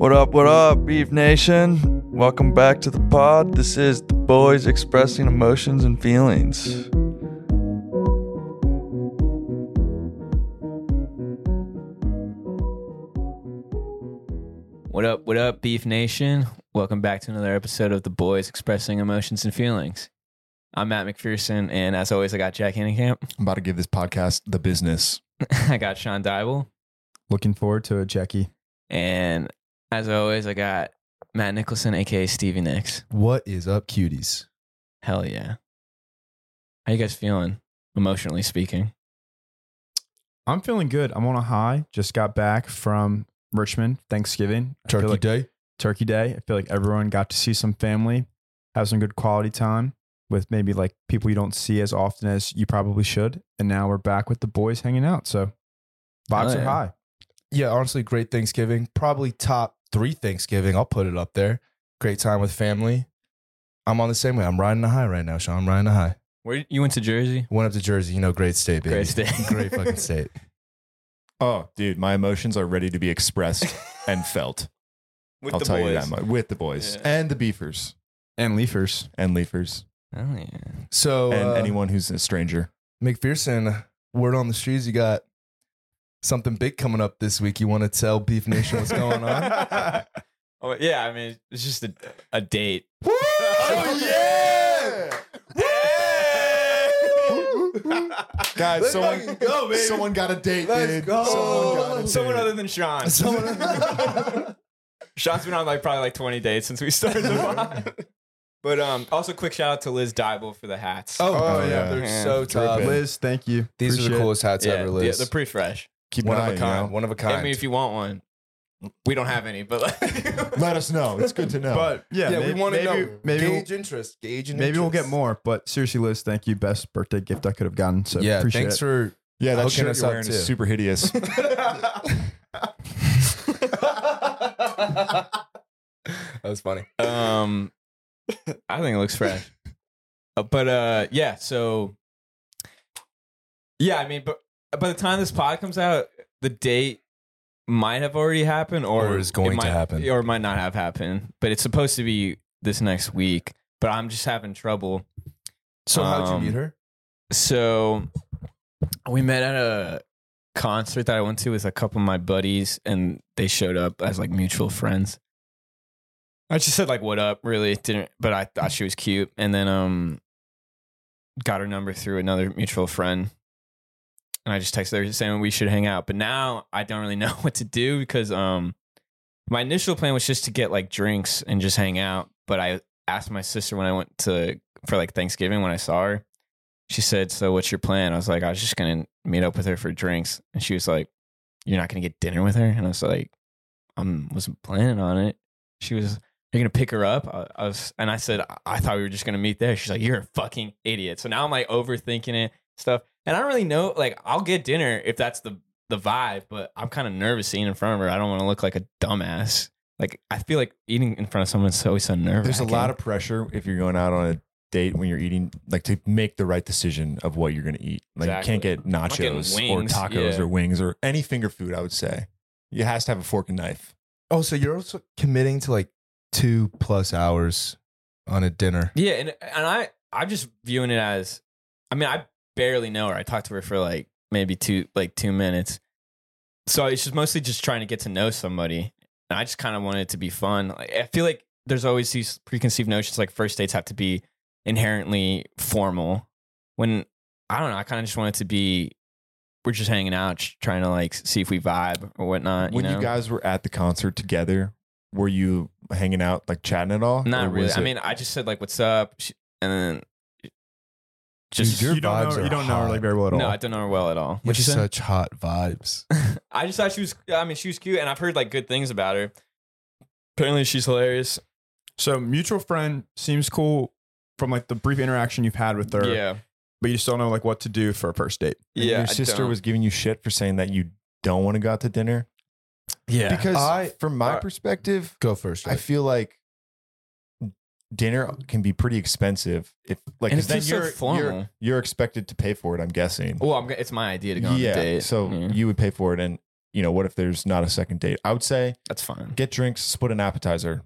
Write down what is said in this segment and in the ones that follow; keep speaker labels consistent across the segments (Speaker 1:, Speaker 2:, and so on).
Speaker 1: What up, what up, Beef Nation? Welcome back to the pod. This is the boys expressing emotions and feelings.
Speaker 2: What up, what up, Beef Nation? Welcome back to another episode of The Boys Expressing Emotions and Feelings. I'm Matt McPherson, and as always, I got Jack Hannenkamp.
Speaker 3: I'm about to give this podcast the business.
Speaker 2: I got Sean Dybel.
Speaker 4: Looking forward to it, Jackie.
Speaker 2: And as always, I got Matt Nicholson, aka Stevie Nicks.
Speaker 3: What is up, cuties?
Speaker 2: Hell yeah. How you guys feeling, emotionally speaking?
Speaker 4: I'm feeling good. I'm on a high. Just got back from Richmond Thanksgiving. I feel
Speaker 3: Turkey
Speaker 4: like-
Speaker 3: Day.
Speaker 4: Turkey Day. I feel like everyone got to see some family, have some good quality time with maybe like people you don't see as often as you probably should. And now we're back with the boys hanging out. So vibes
Speaker 2: Hell
Speaker 4: are
Speaker 2: yeah.
Speaker 4: high.
Speaker 3: Yeah, honestly, great Thanksgiving. Probably top three Thanksgiving. I'll put it up there. Great time with family. I'm on the same way. I'm riding a high right now, Sean. I'm riding a high.
Speaker 2: Where you went to Jersey?
Speaker 3: Went up to Jersey. You know, great state, baby.
Speaker 2: Great state.
Speaker 3: great fucking state.
Speaker 5: Oh, dude, my emotions are ready to be expressed and felt.
Speaker 1: With
Speaker 5: I'll tell you that much. With the boys
Speaker 1: Yeah.
Speaker 5: and the beefers
Speaker 4: And Leafers.
Speaker 5: and leafers
Speaker 2: Oh yeah.
Speaker 3: So,
Speaker 5: and
Speaker 3: uh,
Speaker 5: anyone who's a stranger.
Speaker 3: McPherson, word on the streets, you got something big coming up this week. You want to tell Beef Nation what's going on?
Speaker 2: Oh yeah, I mean it's just a, a date.
Speaker 5: Oh, yeah! Guys,
Speaker 3: Let's
Speaker 5: someone,
Speaker 3: fucking go, baby.
Speaker 5: someone got a date,
Speaker 3: Let's
Speaker 5: dude.
Speaker 3: go.
Speaker 5: Someone got a
Speaker 2: Someone
Speaker 5: date.
Speaker 2: other than Sean.
Speaker 3: Someone-
Speaker 2: Sean's been on like probably like 20 dates since we started the pod. But um, also quick shout out to Liz Dybel for the hats.
Speaker 3: Oh,
Speaker 5: Oh,
Speaker 3: yeah,
Speaker 5: yeah.
Speaker 3: they're
Speaker 2: Yeah.
Speaker 3: so tough.
Speaker 5: Dripping.
Speaker 4: Liz, thank you.
Speaker 3: These are
Speaker 4: Appreciate
Speaker 3: the
Speaker 4: it.
Speaker 3: coolest hats
Speaker 2: yeah,
Speaker 3: ever.
Speaker 2: yeah,
Speaker 3: Liz.
Speaker 2: they're pretty fresh.
Speaker 5: Keep
Speaker 3: one
Speaker 5: an
Speaker 3: of
Speaker 5: eye,
Speaker 3: a
Speaker 5: you
Speaker 3: kind.
Speaker 5: know?
Speaker 3: One of a kind.
Speaker 2: I mean, if you want one, we don't have any, but like,
Speaker 5: Let us know. It's good to know.
Speaker 4: But yeah,
Speaker 3: yeah,
Speaker 4: may-
Speaker 3: we want to
Speaker 4: maybe,
Speaker 3: know.
Speaker 4: Maybe, we'll-
Speaker 3: gauge interest. Gauge
Speaker 4: maybe we'll get more. But seriously, Liz, thank you. Best birthday gift I could have gotten. So
Speaker 3: yeah,
Speaker 4: appreciate
Speaker 3: thanks
Speaker 4: it.
Speaker 3: for.
Speaker 5: yeah, that
Speaker 3: hooking
Speaker 5: shirt
Speaker 3: us
Speaker 5: you're
Speaker 3: up,
Speaker 5: wearing
Speaker 3: too.
Speaker 5: is super hideous.
Speaker 3: that was funny.
Speaker 2: um, I think it looks fresh. Uh, but uh, yeah, so yeah, I mean, but by the time this pod comes out, the date might have already happened, or,
Speaker 3: Or is going
Speaker 2: it
Speaker 3: to
Speaker 2: might,
Speaker 3: happen.
Speaker 2: or might not have happened. But it's supposed to be this next week. But I'm just having trouble.
Speaker 3: So, how'd
Speaker 2: Um,
Speaker 3: you meet her?
Speaker 2: So we met at a concert that I went to with a couple of my buddies, and they showed up as like mutual friends. I just said like "What up?" Really didn't, but I thought she was cute, and then um, got her number through another mutual friend, and I just texted her saying we should hang out. But now I don't really know what to do because um, my initial plan was just to get like drinks and just hang out. But I asked my sister when I went to for like Thanksgiving when I saw her, she said, "So what's your plan?" I was like, "I was just gonna meet up with her for drinks," and she was like, "You're not gonna get dinner with her?" And I was like, "I wasn't planning on it." She was, "You're gonna pick her up?" I, I was, and I said, I-, "I thought we were just gonna meet there." She's like, "You're a fucking idiot." So now I'm like overthinking it stuff, and I don't really know. Like, I'll get dinner if that's the the vibe, but I'm kind of nervous eating in front of her. I don't want to look like a dumbass. Like, I feel like eating in front of someone is always so nervous.
Speaker 5: There's a lot of pressure if you're going out on a date when you're eating, like to make the right decision of what you're going to eat. Like you
Speaker 2: Exactly.
Speaker 5: can't get
Speaker 2: not getting
Speaker 5: nachos or
Speaker 2: wings,
Speaker 5: tacos
Speaker 2: yeah.
Speaker 5: or wings or any finger food. I would say you has to have a fork and knife.
Speaker 3: Oh, so you're also committing to like two plus hours on a dinner.
Speaker 2: Yeah, and and I I'm just viewing it as, I mean, I barely know her. I talked to her for like maybe two like two minutes, so it's just mostly just trying to get to know somebody. And I just kind of wanted it to be fun. Like, I feel like there's always these preconceived notions like first dates have to be inherently formal. When I don't know, I kind of just want it to be we're just hanging out, just trying to like see if we vibe or whatnot.
Speaker 5: when
Speaker 2: Uh, you,
Speaker 5: you,
Speaker 2: know?
Speaker 5: guys were at the concert together, were you hanging out like chatting at all? Or
Speaker 2: not really.
Speaker 5: was
Speaker 2: I
Speaker 5: it-
Speaker 2: mean, I just said like, "What's up?" She- and then just
Speaker 3: Your
Speaker 4: you don't
Speaker 3: vibes
Speaker 4: know.
Speaker 3: are
Speaker 4: You don't know her
Speaker 3: hot.
Speaker 4: like very well at all.
Speaker 2: No, I don't know her well at all.
Speaker 3: Which is such hot vibes.
Speaker 2: I just thought she was. I mean, she was cute, and I've heard like good things about her. Apparently, she's hilarious.
Speaker 4: so mutual friend seems cool from like the brief interaction you've had with her.
Speaker 2: Yeah,
Speaker 4: But you just don't know like what to do for a first date.
Speaker 5: and
Speaker 2: yeah. I
Speaker 5: Your sister
Speaker 2: don't-
Speaker 5: was giving you shit for saying that you don't want to go out to dinner
Speaker 2: Yeah,
Speaker 5: because
Speaker 3: I-
Speaker 5: from my
Speaker 3: I-
Speaker 5: perspective,
Speaker 3: Go first.
Speaker 5: I
Speaker 3: Jack.
Speaker 5: feel like dinner
Speaker 4: Mm.
Speaker 5: can be pretty expensive if like
Speaker 2: And
Speaker 5: 'cause
Speaker 2: it
Speaker 5: then
Speaker 2: feels so
Speaker 5: you're,
Speaker 2: formal.
Speaker 5: you're you're expected to pay for it i'm guessing
Speaker 4: Oh,
Speaker 2: Well, I'm, g- it's my idea to go on the
Speaker 5: yeah
Speaker 2: date.
Speaker 5: so
Speaker 2: Yeah.
Speaker 5: you would pay for it and you know, what if there's not a second date? I would say
Speaker 2: That's fine.
Speaker 5: get drinks, split an appetizer.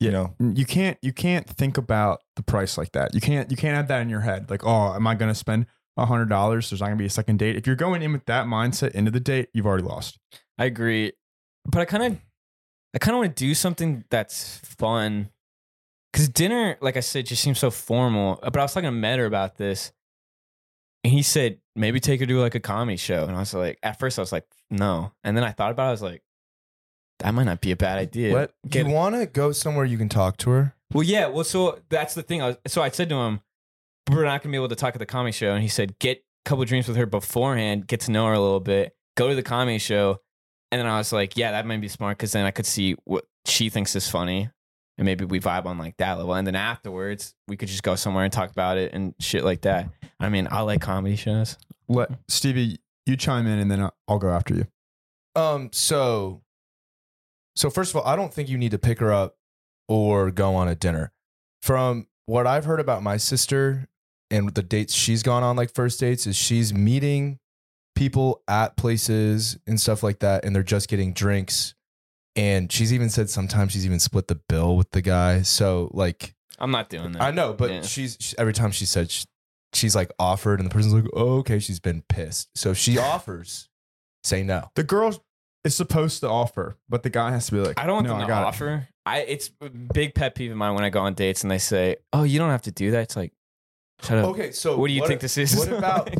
Speaker 5: You
Speaker 4: Yeah.
Speaker 5: know,
Speaker 4: you can't you can't think about the price like that. You can't you can't have that in your head. Like, oh, am I gonna spend hundred dollars? There's not gonna be a second date. If you're going in with that mindset into the date, you've already lost.
Speaker 2: I agree, but I kind of, I kind of want to do something that's fun, because dinner, like I said, just seems so formal. Uh, But I was talking to Metter about this, and he said maybe take her to like a comedy show, and I was like, at first I was like, no, and then I thought about it, I was like, that might not be a bad idea.
Speaker 3: What?
Speaker 2: Get-
Speaker 3: you want to go somewhere you can talk to her?
Speaker 2: Well, yeah, well, so that's the thing. I was, so I said to him, we're not gonna be able to talk at the comedy show, and he said, get a couple drinks with her beforehand, get to know her a little bit, go to the comedy show, and then I was like, yeah, that might be smart because then I could see what she thinks is funny, and maybe we vibe on like that level, and then afterwards we could just go somewhere and talk about it and shit like that. I mean, I like comedy shows.
Speaker 4: Let Stevie, you chime in, and then I'll- I'll go after you.
Speaker 3: Um, so so first of all, I don't think you need to pick her up or go on a dinner. From what I've heard about my sister and the dates she's gone on, like first dates, is she's meeting people at places and stuff like that, and they're just getting drinks. And she's even said sometimes she's even split the bill with the guy. So like
Speaker 2: I'm not doing that.
Speaker 3: I know, but
Speaker 2: Yeah.
Speaker 3: she's she, every time she said she, she's like offered, and the person's like, oh, okay, she's been pissed. So if she offers, say no.
Speaker 4: The girl is supposed to offer, but the guy has to be like,
Speaker 2: I don't want
Speaker 4: no,
Speaker 2: them
Speaker 4: I
Speaker 2: to
Speaker 4: got it."
Speaker 2: offer. I it's a big pet peeve of mine when I go on dates and they say, "Oh, you don't have to do that." It's like, shut up.
Speaker 3: Okay, so
Speaker 2: what do you think this is?
Speaker 3: What about?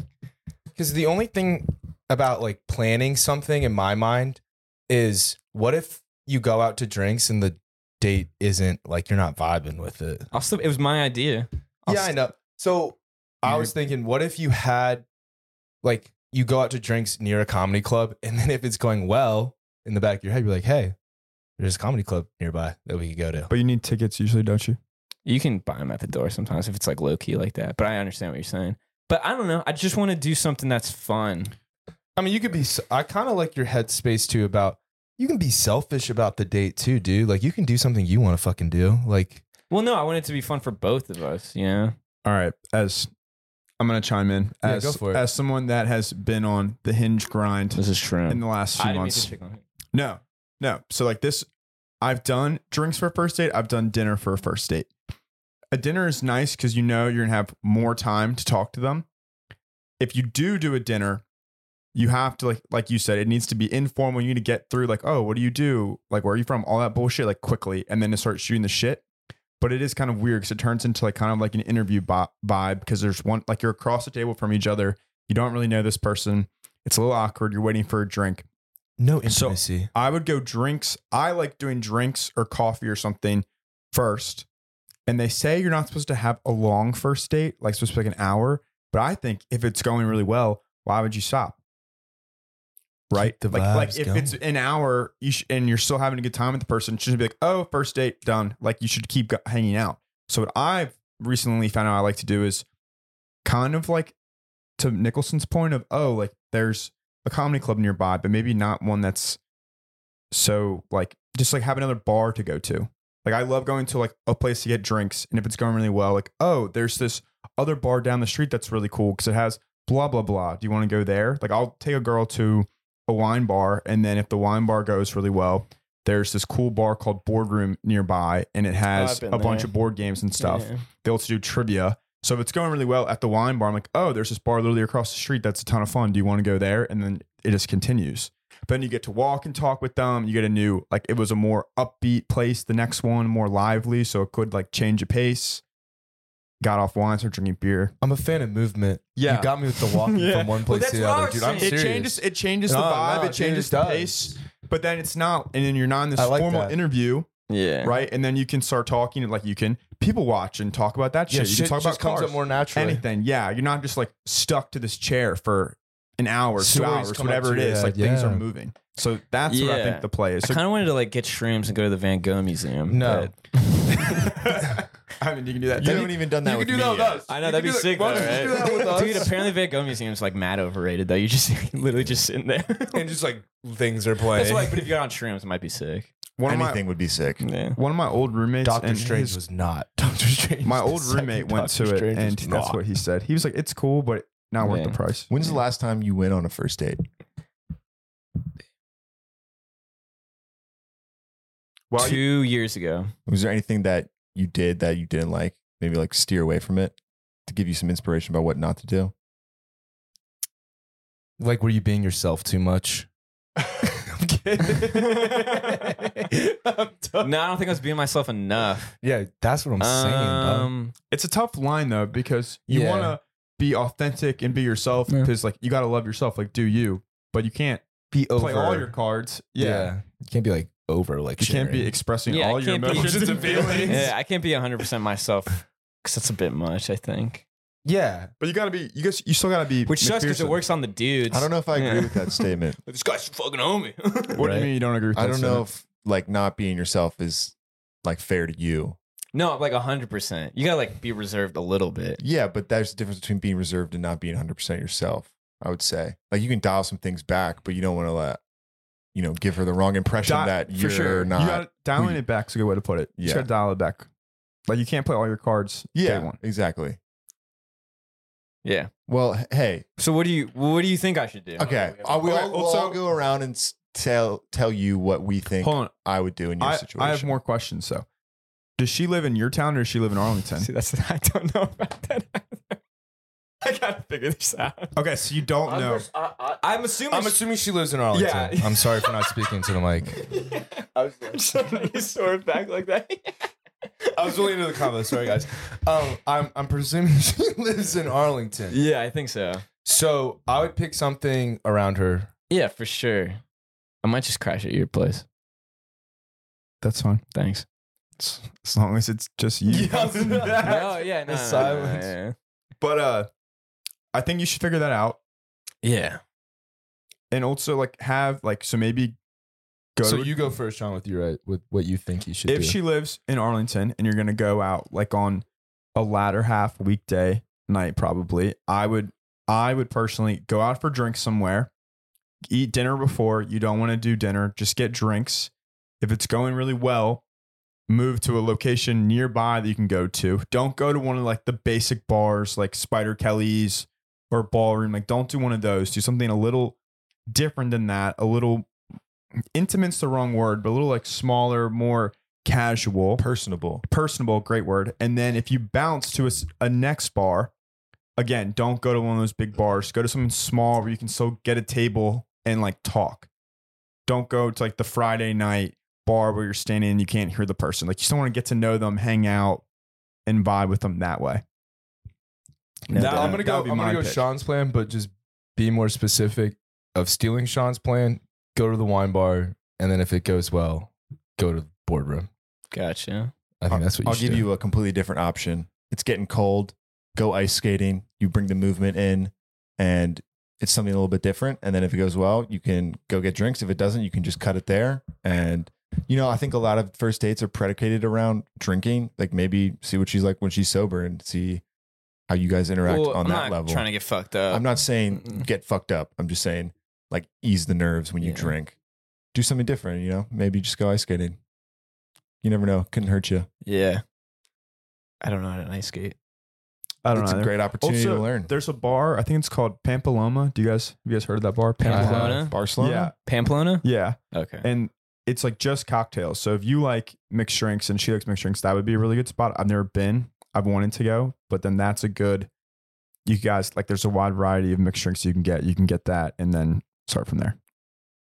Speaker 3: Because the only thing about like planning something in my mind is what if you go out to drinks and the date isn't like you're not vibing with it.
Speaker 2: I'll still, it was my idea. I'll
Speaker 3: yeah, I
Speaker 2: st-
Speaker 3: know. So I was thinking, what if you had like you go out to drinks near a comedy club, and then if it's going well in the back of your head, you're like, hey, there's a comedy club nearby that we could go to.
Speaker 4: But you need tickets usually, don't you?
Speaker 2: You can buy them at the door sometimes if it's like low key like that. But I understand what you're saying. But I don't know. I just want to do something that's fun.
Speaker 3: I mean, you could be. s- I kind of like your headspace too about you can be selfish about the date too, dude. Like you can do something you want to fucking do. Like
Speaker 2: Well, no, I want it to be fun for both of us. You know,
Speaker 4: All right, as I'm gonna chime in
Speaker 3: Yeah,
Speaker 4: as
Speaker 3: go for it.
Speaker 4: as someone that has been on the hinge grind
Speaker 2: this is true.
Speaker 4: in the last few
Speaker 2: I didn't mean
Speaker 4: months.
Speaker 2: to pick on him.
Speaker 4: No, no. So like this, I've done drinks for a first date. I've done dinner for a first date. A dinner is nice because you know you're gonna have more time to talk to them. If you do do a dinner, you have to like like you said, it needs to be informal. You need to get through like, oh, what do you do? Like, where are you from? All that bullshit like quickly, and then to start shooting the shit. But it is kind of weird because it turns into like kind of like an interview bo- vibe because there's one like you're across the table from each other. You don't really know this person. It's a little awkward. You're waiting for a drink.
Speaker 3: no
Speaker 4: So-
Speaker 3: intimacy.
Speaker 4: I would go drinks. I like doing drinks or coffee or something first. And they say you're not supposed to have a long first date, like supposed to be like an hour. But I think if it's going really well, why would you stop? Right?
Speaker 3: the
Speaker 4: like, like
Speaker 3: vibes
Speaker 4: if
Speaker 3: going.
Speaker 4: it's an hour you sh- and you're still having a good time with the person, it shouldn't be like, oh, first date done. Like you should keep go- hanging out. So what I've recently found out I like to do is kind of like to Nicholson's point of oh, like there's a comedy club nearby, but maybe not one that's so like just like have another bar to go to. Like I love going to like a place to get drinks, and if it's going really well, like oh, there's this other bar down the street that's really cool because it has blah blah blah. Do you want to go there? Like I'll take a girl to a wine bar, and then if the wine bar goes really well. There's this cool bar called Boardroom nearby, and it has a
Speaker 2: Oh, been
Speaker 4: bunch
Speaker 2: there.
Speaker 4: of board games and stuff
Speaker 2: Yeah.
Speaker 4: they also do trivia. So if it's going really well at the wine bar, I'm like, oh, there's this bar literally across the street. That's a ton of fun. Do you want to go there? And then it just continues. But then you get to walk and talk with them. You get a new, like, it was a more upbeat place. The next one more lively, so it could like change a pace. Got off wine, started drinking beer.
Speaker 3: I'm a fan of movement.
Speaker 4: Yeah.
Speaker 3: you got me with the walking
Speaker 4: Yeah.
Speaker 3: from one place
Speaker 2: that's
Speaker 3: to the
Speaker 2: what I
Speaker 3: other,
Speaker 2: was
Speaker 3: dude. I'm
Speaker 2: saying.
Speaker 4: It
Speaker 3: serious.
Speaker 4: changes. It changes the
Speaker 3: No,
Speaker 4: vibe.
Speaker 3: no,
Speaker 4: it changes
Speaker 3: dude,
Speaker 4: the
Speaker 3: does.
Speaker 4: pace. But then it's not, and then you're not in this
Speaker 3: I like
Speaker 4: formal
Speaker 3: that.
Speaker 4: interview,
Speaker 2: yeah.
Speaker 4: right? And then you can start talking, and like you can people watch and talk about that shit.
Speaker 3: Yeah,
Speaker 4: you
Speaker 3: shit
Speaker 4: can talk
Speaker 3: just
Speaker 4: about
Speaker 3: comes
Speaker 4: cars.
Speaker 3: up more naturally.
Speaker 4: anything. Yeah, you're not just like stuck to this chair for an hour, two
Speaker 3: Stories
Speaker 4: hours,
Speaker 3: come up
Speaker 4: whatever
Speaker 3: to
Speaker 4: it
Speaker 3: your
Speaker 4: is.
Speaker 3: head,
Speaker 4: Like things are
Speaker 3: yeah.
Speaker 4: moving. So that's what I
Speaker 2: Yeah.
Speaker 4: think the play is.
Speaker 2: I
Speaker 4: So,
Speaker 2: kind of wanted to like get shrooms and go to the Van Gogh Museum.
Speaker 3: No.
Speaker 2: but-
Speaker 4: I mean, you can do that.
Speaker 5: you haven't even done that with me yet.
Speaker 2: I know that'd be sick, though, right? Dude, apparently Van Gogh Museum's like mad overrated though. You're just literally just sitting there.
Speaker 3: and just like things are playing.
Speaker 2: That's why. But if you're on shrooms, it might be sick.
Speaker 4: One of my
Speaker 5: Anything would be sick.
Speaker 2: Yeah.
Speaker 4: one of my old roommates,
Speaker 3: Doctor
Speaker 4: Mm. and
Speaker 3: Strange
Speaker 4: his-
Speaker 3: was not Doctor Strange.
Speaker 4: my
Speaker 3: was the
Speaker 4: old
Speaker 3: second
Speaker 4: roommate went
Speaker 3: Doctor
Speaker 4: to it,
Speaker 3: Strange was
Speaker 4: and that's
Speaker 3: not.
Speaker 4: what he said. He was like, "It's cool, but not worth
Speaker 2: Yeah.
Speaker 4: the price."
Speaker 5: When's the last time you went on a first date?
Speaker 4: While you-
Speaker 2: two years ago.
Speaker 5: Was there anything that you did that you didn't like? Maybe like steer away from it to give you some inspiration about what not to do.
Speaker 3: Like, were you being yourself too much? I'm kidding. I'm done.
Speaker 2: No, I don't think I was being myself enough.
Speaker 3: Yeah, that's what I'm saying. dog.
Speaker 2: Um,
Speaker 4: it's a tough line though because you
Speaker 3: Yeah.
Speaker 4: want to be authentic and be yourself
Speaker 2: Yeah.
Speaker 4: because like you got to love yourself like do you but you can't
Speaker 3: Be over.
Speaker 4: play all your cards
Speaker 3: yeah.
Speaker 4: yeah,
Speaker 3: you can't be like over. Like
Speaker 4: you can't be
Speaker 3: sharing.
Speaker 4: expressing
Speaker 2: yeah, I
Speaker 4: all your
Speaker 2: can't be-
Speaker 4: emotions and feelings
Speaker 2: Yeah, I can't be 100% myself because that's a bit much, I think.
Speaker 3: yeah,
Speaker 4: but you got to be you guys you still got to be
Speaker 2: Which sucks because it
Speaker 4: McPherson.
Speaker 2: works on the dudes.
Speaker 5: I don't know if I agree
Speaker 2: Yeah.
Speaker 5: with that statement.
Speaker 2: This guy's fucking homie.
Speaker 4: what do
Speaker 3: Right.
Speaker 4: you mean you don't agree with
Speaker 5: I
Speaker 4: that
Speaker 5: don't know
Speaker 4: sentiment?
Speaker 5: if like not being yourself is like fair to you.
Speaker 2: no, like 100%. You gotta like be reserved a little bit.
Speaker 5: Yeah, but there's a difference between being reserved and not being 100% yourself, I would say. Like you can dial some things back, but you don't want to let, you know, give her the wrong impression
Speaker 4: Di-
Speaker 5: that
Speaker 4: for
Speaker 5: you're
Speaker 4: sure.
Speaker 5: not.
Speaker 4: you gotta, dialing
Speaker 5: you-
Speaker 4: it back's a good way to put it you
Speaker 5: Yeah.
Speaker 4: just got to dial it back like you can't play all your cards
Speaker 5: yeah,
Speaker 4: day one.
Speaker 5: exactly.
Speaker 2: Yeah.
Speaker 5: Well, h- hey,
Speaker 2: So what do you what do you think I should do?
Speaker 5: okay. Uh, we
Speaker 4: Okay,
Speaker 5: all,
Speaker 4: well,
Speaker 5: we'll all
Speaker 4: so-
Speaker 5: go around and s- tell tell you what we think
Speaker 4: hold on
Speaker 5: I would do in your
Speaker 4: I,
Speaker 5: situation.
Speaker 4: I have more questions so does she live in your town or does she live in arlington
Speaker 2: See, that's I don't know about that. either. I gotta figure this out.
Speaker 4: okay so you don't know
Speaker 2: I'm assuming.
Speaker 3: I'm assuming she lives in Arlington.
Speaker 2: Yeah.
Speaker 3: I'm sorry for not speaking to the mic.
Speaker 2: somebody sort back like that.
Speaker 3: I was really into the combo. Sorry, guys. Um, I'm I'm presuming she lives in Arlington.
Speaker 2: yeah, I think so.
Speaker 3: So I would pick something around her.
Speaker 2: Yeah, for sure. I might just crash at your place.
Speaker 4: that's fine
Speaker 2: Thanks.
Speaker 4: as long as it's just you
Speaker 2: No, yeah, no,
Speaker 3: the
Speaker 2: no, no, no,
Speaker 3: silence.
Speaker 2: yeah.
Speaker 4: but uh i think you should figure that out
Speaker 2: Yeah.
Speaker 4: and also like have like so maybe go
Speaker 3: So
Speaker 4: to-
Speaker 3: you go first, John, with your uh, with what you think you should
Speaker 4: if
Speaker 3: do.
Speaker 4: she lives in arlington and you're gonna go out like on a latter half weekday night probably i would i would personally go out for drinks somewhere eat dinner before you don't want to do dinner just get drinks if it's going really well move to a location nearby that you can go to don't go to one of like the basic bars like spider kelly's or ballroom like don't do one of those do something a little different than that a little intimate's the wrong word but a little like smaller more casual
Speaker 5: personable.
Speaker 4: personable great word and then if you bounce to a, s- a next bar again don't go to one of those big bars go to something small where you can still get a table and like talk don't go to like the friday night bar where you're standing and you can't hear the person like you still want to get to know them hang out and vibe with them that way
Speaker 3: Now,
Speaker 4: That-
Speaker 3: I'm gonna
Speaker 4: that
Speaker 3: go.
Speaker 4: would be
Speaker 3: I'm
Speaker 4: my
Speaker 3: gonna go
Speaker 4: pick.
Speaker 3: Sean's plan, but just be more specific. Of stealing Sean's plan, go to the wine bar, and then if it goes well, go to the boardroom.
Speaker 2: Gotcha.
Speaker 3: I think that's what you
Speaker 5: I'll
Speaker 3: should
Speaker 5: give
Speaker 3: do.
Speaker 5: you a completely different option. It's getting cold. Go ice skating. You bring the movement in, and it's something a little bit different. And then if it goes well, you can go get drinks. If it doesn't, you can just cut it there. And you know, I think a lot of first dates are predicated around drinking. Like maybe see what she's like when she's sober and see how you guys interact
Speaker 2: Well,
Speaker 5: on
Speaker 2: I'm
Speaker 5: that
Speaker 2: not
Speaker 5: level.
Speaker 2: Trying to get fucked up.
Speaker 5: I'm not saying
Speaker 2: Oh. Mm-mm.
Speaker 5: get fucked up. I'm just saying like ease the nerves when you
Speaker 2: Yeah.
Speaker 5: drink. Do something different. You know, maybe just go ice skating. You never know. Couldn't hurt you.
Speaker 2: Yeah. I don't know how to ice skate.
Speaker 4: i don't
Speaker 5: it's
Speaker 4: know
Speaker 5: a great opportunity
Speaker 4: also,
Speaker 5: to learn.
Speaker 4: there's a bar i think it's called pampaloma do you guys have you guys heard of that bar
Speaker 2: Pamplona?
Speaker 5: Barcelona.
Speaker 2: Uh, Pamplona?
Speaker 4: yeah yeah
Speaker 2: Okay.
Speaker 4: and it's like just cocktails. So if you like mixed drinks and she likes mixed drinks, that would be a really good spot. I've never been. I've wanted to go, but then that's a good. You guys like there's a wide variety of mixed drinks you can get. You can get that and then start from there.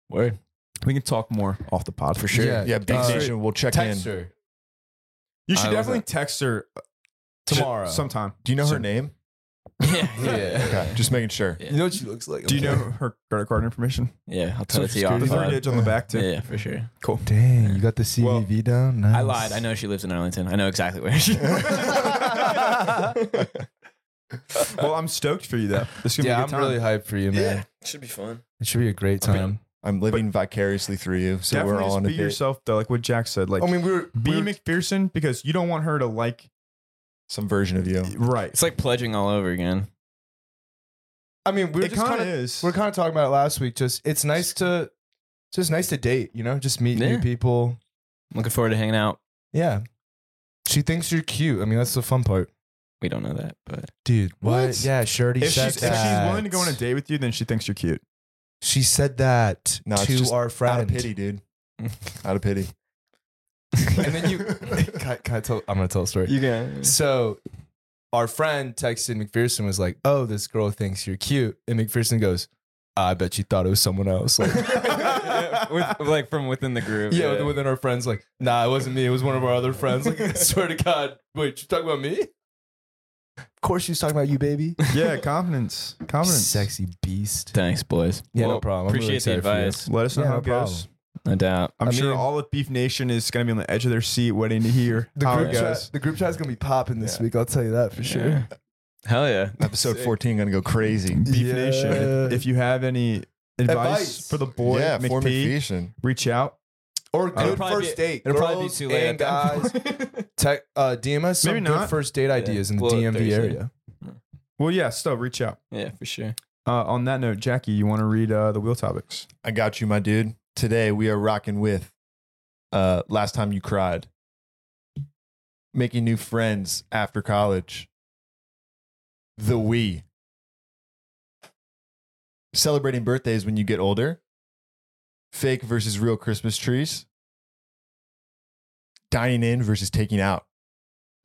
Speaker 2: Word.
Speaker 4: We can talk more off the pod
Speaker 5: for sure.
Speaker 3: Yeah,
Speaker 5: Yeah, Big
Speaker 3: uh,
Speaker 5: Nation. We'll check
Speaker 3: Text
Speaker 5: in.
Speaker 3: her
Speaker 4: You
Speaker 2: I
Speaker 4: should
Speaker 2: love
Speaker 4: definitely
Speaker 2: that.
Speaker 4: text her
Speaker 3: tomorrow.
Speaker 4: sometime.
Speaker 5: Do you know her
Speaker 4: Sure.
Speaker 5: name?
Speaker 2: Yeah.
Speaker 3: Yeah.
Speaker 5: Okay, just making sure.
Speaker 2: Yeah.
Speaker 3: You know what she looks like.
Speaker 4: Do you know her credit card information?
Speaker 2: Yeah. I'll tell it to you
Speaker 4: Social
Speaker 2: off
Speaker 4: Security.
Speaker 2: the
Speaker 5: Uh,
Speaker 4: There's a
Speaker 2: pod.
Speaker 4: digit on the back too.
Speaker 2: Yeah, for sure.
Speaker 4: Cool.
Speaker 3: Dang, you got the CVV
Speaker 4: Well,
Speaker 3: down.
Speaker 2: I lied. I know she lives in Arlington. I know exactly where she
Speaker 4: Well, I'm stoked for you though. This is gonna
Speaker 3: Yeah,
Speaker 4: be a
Speaker 3: I'm
Speaker 4: good time.
Speaker 3: really hyped for you, man.
Speaker 2: Should be fun.
Speaker 3: It should be a great time.
Speaker 5: I'm living vicariously through you, so
Speaker 4: Definitely
Speaker 5: we're all
Speaker 4: just
Speaker 5: on a
Speaker 4: be
Speaker 5: date.
Speaker 4: yourself though, like what Jack said. Like
Speaker 3: mean, we were
Speaker 4: be McPherson because you don't want her to like
Speaker 5: Some version of you.
Speaker 4: right.
Speaker 2: It's like pledging all over again.
Speaker 3: I mean, we were
Speaker 4: it
Speaker 3: just
Speaker 4: kind
Speaker 3: kind
Speaker 4: of
Speaker 3: of
Speaker 4: is.
Speaker 3: we're kind of talking about it last week. Just it's nice to it's just nice to date. You know, just meet new
Speaker 2: Yeah.
Speaker 3: people.
Speaker 2: Looking forward to hanging out.
Speaker 3: Yeah, she thinks you're cute. I mean, that's the fun part,
Speaker 2: We don't know that, but
Speaker 3: dude. What?
Speaker 4: What?
Speaker 3: Yeah, she already
Speaker 4: if
Speaker 3: said
Speaker 4: she's, if she's
Speaker 3: that.
Speaker 4: willing to go on a date with you, then she thinks you're cute.
Speaker 3: she said that
Speaker 5: No, it's
Speaker 3: to
Speaker 5: just
Speaker 3: our friend.
Speaker 5: Out of pity, dude. Out of pity.
Speaker 3: and then you can, I- can I tell I'm gonna tell a story.
Speaker 2: You can.
Speaker 3: So our friend texted McPherson was like, "Oh, this girl thinks you're cute," and McPherson goes, "I bet she thought it was someone else." Like,
Speaker 2: With, like from within the group.
Speaker 3: yeah, with- within our friends, like, "Nah, it wasn't me. It was one of our other friends." Like, I swear to God, wait, you talking about me? Of course, she was talking about you, baby.
Speaker 4: yeah, confidence. Confidence.
Speaker 3: Sexy beast.
Speaker 2: Thanks, boys.
Speaker 3: Yeah, no problem. I'm really
Speaker 2: appreciate the
Speaker 3: excited for you.
Speaker 2: advice.
Speaker 4: Let us know
Speaker 3: Yeah,
Speaker 4: how
Speaker 3: no
Speaker 4: it goes.
Speaker 3: problem.
Speaker 2: No doubt.
Speaker 4: I'm
Speaker 3: I
Speaker 4: sure
Speaker 3: mean-
Speaker 4: all of Beef Nation is going to be on the edge of their seat waiting to hear
Speaker 3: The
Speaker 4: how
Speaker 3: group,
Speaker 4: it
Speaker 3: chat,
Speaker 4: goes.
Speaker 3: the group chat's gonna be popping this week. I'll tell you that for sure.
Speaker 2: Yeah. Hell yeah.
Speaker 5: Episode 14 gonna go crazy.
Speaker 4: Beef
Speaker 3: Yeah.
Speaker 4: Nation, if you have any advice,
Speaker 3: Advice.
Speaker 4: for the boy,
Speaker 5: yeah, for
Speaker 4: McPhee,
Speaker 5: McPhee.
Speaker 4: reach out.
Speaker 3: Or good
Speaker 2: probably
Speaker 3: first
Speaker 2: be-
Speaker 3: date.
Speaker 2: It'll probably be
Speaker 3: Girls
Speaker 2: too late.
Speaker 3: and
Speaker 2: at
Speaker 3: guys.
Speaker 2: that point.
Speaker 3: Tech, uh, DM us some
Speaker 4: Maybe
Speaker 3: good
Speaker 4: not.
Speaker 3: first date ideas in the
Speaker 2: Well,
Speaker 3: DMV
Speaker 2: Thursday.
Speaker 3: area.
Speaker 4: Well, yeah, still reach out.
Speaker 2: yeah, for sure.
Speaker 4: Uh, on that note, Jackie, you want to read uh, the wheel topics?
Speaker 5: I got you, my dude. Today we are rocking with uh last time you cried. Making new friends after college. The we. Celebrating birthdays when you get older. Fake versus real Christmas trees. Dining in versus taking out.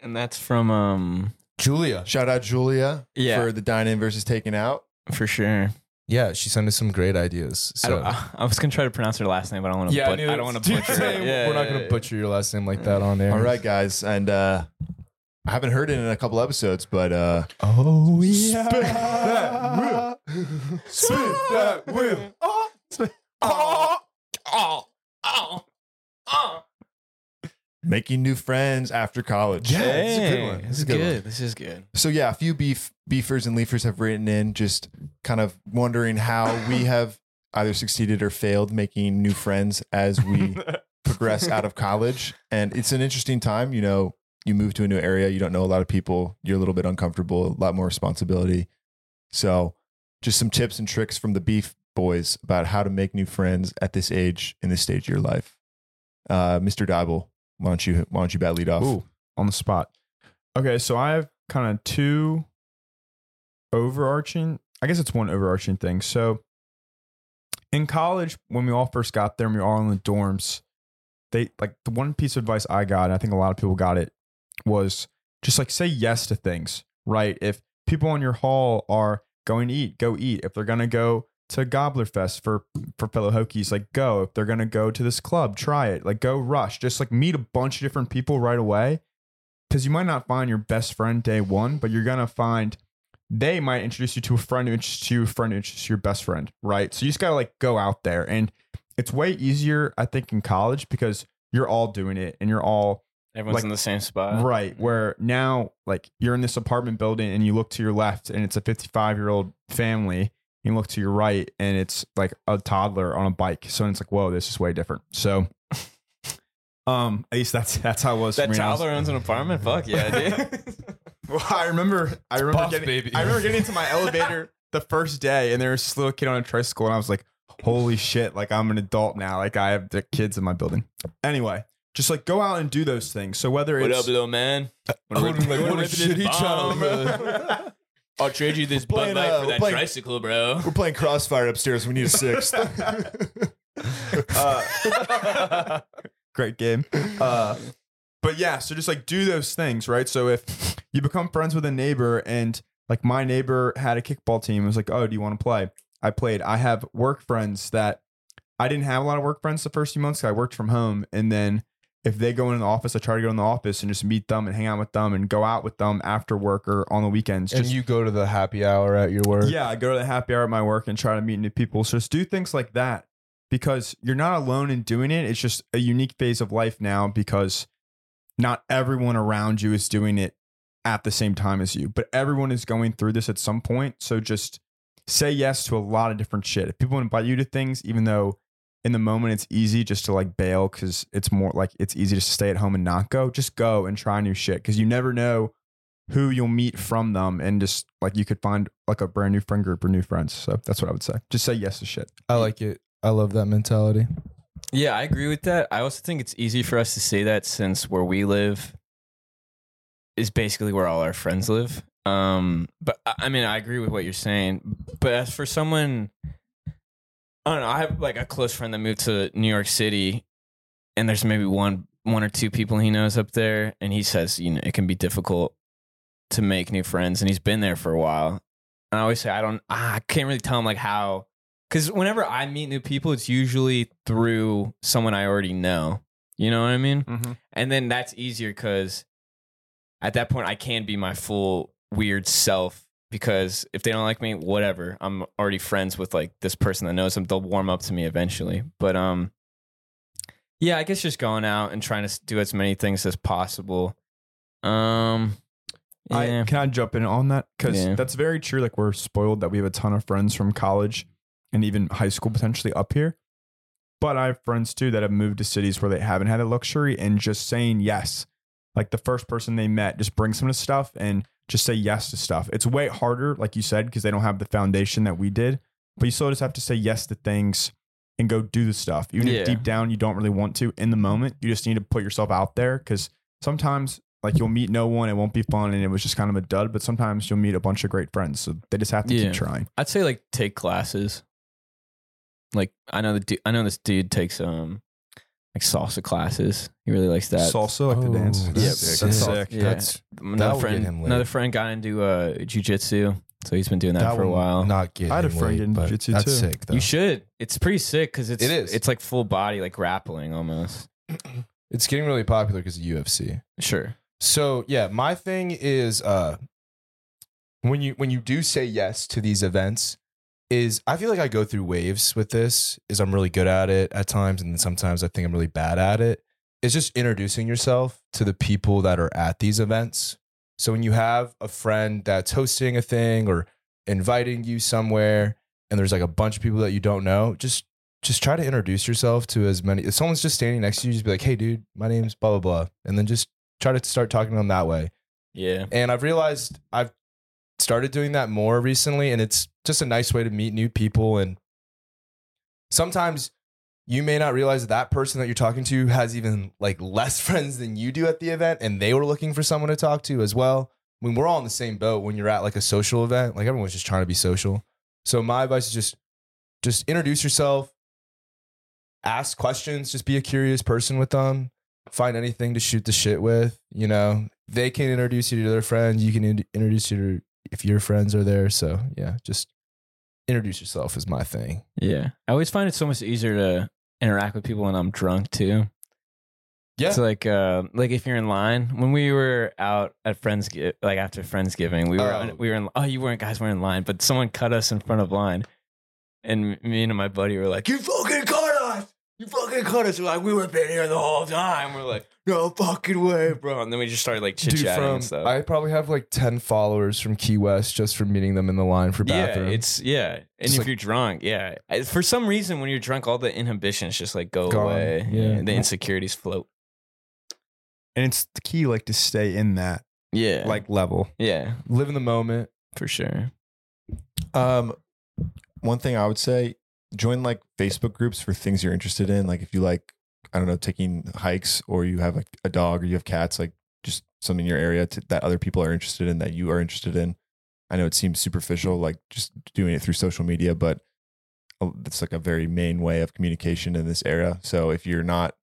Speaker 2: And that's from um
Speaker 3: Julia.
Speaker 5: Shout out Julia
Speaker 2: Yeah.
Speaker 5: for the dine in versus taking out.
Speaker 2: for sure.
Speaker 3: Yeah, she sent us some great ideas.
Speaker 2: I,
Speaker 3: So.
Speaker 2: don't, I, I was gonna try to pronounce her last name, but I don't want to.
Speaker 3: yeah,
Speaker 2: but, I don't want to butcher it. Yeah,
Speaker 3: we're not
Speaker 2: yeah,
Speaker 3: going to
Speaker 2: yeah.
Speaker 3: butcher your last name like that on there.
Speaker 5: All right, guys, and uh, I haven't heard it in a couple episodes, but uh,
Speaker 3: Oh, yeah.
Speaker 5: Spit that
Speaker 3: Spit that wheel.
Speaker 5: making new friends after college.
Speaker 3: Yeah, it's a good
Speaker 2: Hey,
Speaker 3: one.
Speaker 2: This is
Speaker 5: good one.
Speaker 2: good. This is good.
Speaker 5: So yeah, a few beef beefers and leafers have written in, just kind of wondering how we have either succeeded or failed making new friends as we progress out of college. And it's an interesting time, you know. You move to a new area, you don't know a lot of people, you're a little bit uncomfortable, a lot more responsibility. So, just some tips and tricks from the beef boys about how to make new friends at this age in this stage of your life. Uh, Mr. Dibel, why don't you why don't you bat lead off?
Speaker 4: Ooh, on the spot. Okay, so I have kind of two overarching, I guess it's one overarching thing. So in college, when we all first got there and we were all in the dorms, they like the one piece of advice I got, and I think a lot of people got it, was just like say yes to things, right? If people in your hall are going to eat, go eat. If they're gonna go to Gobbler Fest for for fellow Hokies, like go. If they're gonna go to this club, try it. Like go rush. Just like meet a bunch of different people right away. Cause you might not find your best friend day one, but you're gonna find they might introduce you to a friend who introduces you, a friend who introduces your best friend, right? So you just gotta like go out there. And it's way easier, I think, in college because you're all doing it and you're all
Speaker 2: Everyone's
Speaker 4: Like-
Speaker 2: in the same spot.
Speaker 4: right where now like you're in this apartment building and you look to your left and it's a 55 year old family you look to your right and it's like a toddler on a bike so it's like whoa this is way different so um at least that's that's how it was for
Speaker 2: That
Speaker 4: me. I was-
Speaker 2: toddler owns an apartment. Fuck yeah, dude.
Speaker 4: well, I remember, I remember
Speaker 3: Puff,
Speaker 4: getting,
Speaker 3: baby.
Speaker 4: I remember getting into my elevator the first day, and there was this little kid on a tricycle, and I was like, "Holy shit! Like I'm an adult now. Like I have the kids in my building." Anyway, just like go out and do those things. So whether
Speaker 2: what
Speaker 4: it's
Speaker 2: up, little man?
Speaker 3: I would've been like, what a shitty childhood.
Speaker 2: I'll trade you this
Speaker 5: Playing,
Speaker 2: Bud Light
Speaker 5: uh,
Speaker 2: for that
Speaker 5: playing-
Speaker 2: tricycle, bro.
Speaker 5: We're playing crossfire upstairs. We need a sixth.
Speaker 4: Uh, great game. Uh, but yeah, so just like do those things, right? So if you become friends with a neighbor and like my neighbor had a kickball team, it was like, oh, do you want to play? I played. I have work friends that I didn't have a lot of work friends the first few months. 'cause I worked from home, and then if they go in the office, I try to go in the office and just meet them and hang out with them and go out with them after work or on the weekends.
Speaker 3: And
Speaker 4: just
Speaker 3: you go to the happy hour at your work.
Speaker 4: yeah, I go to the happy hour at my work and try to meet new people. So just do things like that because you're not alone in doing it. It's just a unique phase of life now because not everyone around you is doing it at the same time as you, but everyone is going through this at some point. So just say yes to a lot of different shit. If people invite you to things, even though in the moment it's easy just to like bail because it's more like it's easy to stay at home and not go, just go and try new shit because you never know who you'll meet from them and just like you could find like a brand new friend group or new friends. So that's what I would say. Just say yes to shit.
Speaker 3: I like it. I love that mentality.
Speaker 2: Yeah, I agree with that. I also think it's easy for us to say that since where we live is basically where all our friends live. Um, but I I mean, I agree with what you're saying. But as for someone, I don't know. I have like a close friend that moved to New York City, and there's maybe one one or two people he knows up there, and he says, you know, it can be difficult to make new friends, and he's been there for a while. And I always say, I don't, ah, I can't really tell him like how, because whenever I meet new people, it's usually through someone I already know. You know what I mean? And then that's easier because at that point I can be my full weird self because if they don't like me, whatever. I'm already friends with like this person that knows them. They'll warm up to me eventually. But um yeah, I guess just going out and trying to s- do as many things as possible. Um yeah.
Speaker 4: I can I jump in on that because
Speaker 2: Yeah.
Speaker 4: that's very true. Like we're spoiled that we have a ton of friends from college and even high school potentially up here. But I have friends too that have moved to cities where they haven't had the luxury and just saying yes. Like the first person they met, just bring some of the stuff and just say yes to stuff. It's way harder, like you said, because they don't have the foundation that we did. But you still just have to say yes to things and go do the stuff. Even
Speaker 2: Yeah.
Speaker 4: if deep down you don't really want to in the moment, you just need to put yourself out there because sometimes like you'll meet no one, it won't be fun, and it was just kind of a dud. But sometimes you'll meet a bunch of great friends, so they just have to
Speaker 2: Yeah.
Speaker 4: keep trying.
Speaker 2: I'd say like take classes. Like I know the du- I know this dude takes um like salsa classes. He really likes that.
Speaker 4: Salsa, like the dance.
Speaker 3: Oh,
Speaker 2: Yeah,
Speaker 3: sick.
Speaker 4: that's
Speaker 3: sick.
Speaker 2: Yeah.
Speaker 3: That's That
Speaker 2: another
Speaker 3: would
Speaker 2: friend,
Speaker 3: get him laid.
Speaker 2: another friend got into uh, jujitsu, so he's been doing that, for a
Speaker 3: will
Speaker 2: while.
Speaker 3: Not getting.
Speaker 4: I had a friend in jiu-jitsu
Speaker 3: That's
Speaker 4: too.
Speaker 3: sick. Though.
Speaker 2: you should. It's pretty sick because it's
Speaker 3: It is.
Speaker 2: It's like full body, like grappling almost.
Speaker 3: It's getting really popular because of UFC.
Speaker 2: Sure.
Speaker 3: So yeah, my thing is uh, when you when you do say yes to these events, is I feel like I go through waves with this. Is I'm really good at it at times, and then sometimes I think I'm really bad at it. It's just introducing yourself to the people that are at these events. So when you have a friend that's hosting a thing or inviting you somewhere, and there's like a bunch of people that you don't know, just just try to introduce yourself to as many. If someone's just standing next to you, just be like, "Hey, dude, my name's blah blah blah," and then just try to start talking to them that way.
Speaker 2: Yeah.
Speaker 3: And I've realized I've started doing that more recently, and it's just a nice way to meet new people. And sometimes you may not realize that, that person that you're talking to has even like less friends than you do at the event, and they were looking for someone to talk to as well. I mean, we're all in the same boat when you're at like a social event. Like everyone's just trying to be social. So my advice is just just introduce yourself, ask questions, just be a curious person with them find anything to shoot the shit with. You know, they can introduce you to their friends. You can in- introduce you to if your friends are there. So yeah, just introduce yourself is my thing.
Speaker 2: Yeah. I always find it so much easier to interact with people when I'm drunk too.
Speaker 3: Yeah.
Speaker 2: It's like uh, like if you're in line. When we were out at friends, like after Friendsgiving, we were
Speaker 3: Oh.
Speaker 2: we were in. Oh, you weren't guys were in line, but someone cut us in front of line, and me and my buddy were like, "You fucking cut us! You fucking cut us!" We're like we were been here the whole time. We're like, "No fucking way, bro!" And then we just started like chit
Speaker 3: Dude,
Speaker 2: chatting
Speaker 3: from
Speaker 2: and stuff.
Speaker 3: I probably have like ten followers from Key West just from meeting them in the line for bathroom.
Speaker 2: Yeah, it's yeah. And
Speaker 3: Just
Speaker 2: if
Speaker 3: like-
Speaker 2: you're drunk, yeah. I- For some reason, when you're drunk, all the inhibitions just like go
Speaker 3: Gone,
Speaker 2: away.
Speaker 3: yeah.
Speaker 2: the insecurities float.
Speaker 4: And it's the key, like to stay in that
Speaker 2: Yeah, like
Speaker 4: like level.
Speaker 2: yeah,
Speaker 3: live in the moment.
Speaker 2: for sure.
Speaker 5: Um, one thing I would say, join like Facebook groups for things you're interested in. Like if you like, I don't know, taking hikes or you have like a dog or you have cats, like just something in your area to, that other people are interested in that you are interested in. I know it seems superficial, like just doing it through social media, but uh, that's like a very main way of communication in this era. So if you're not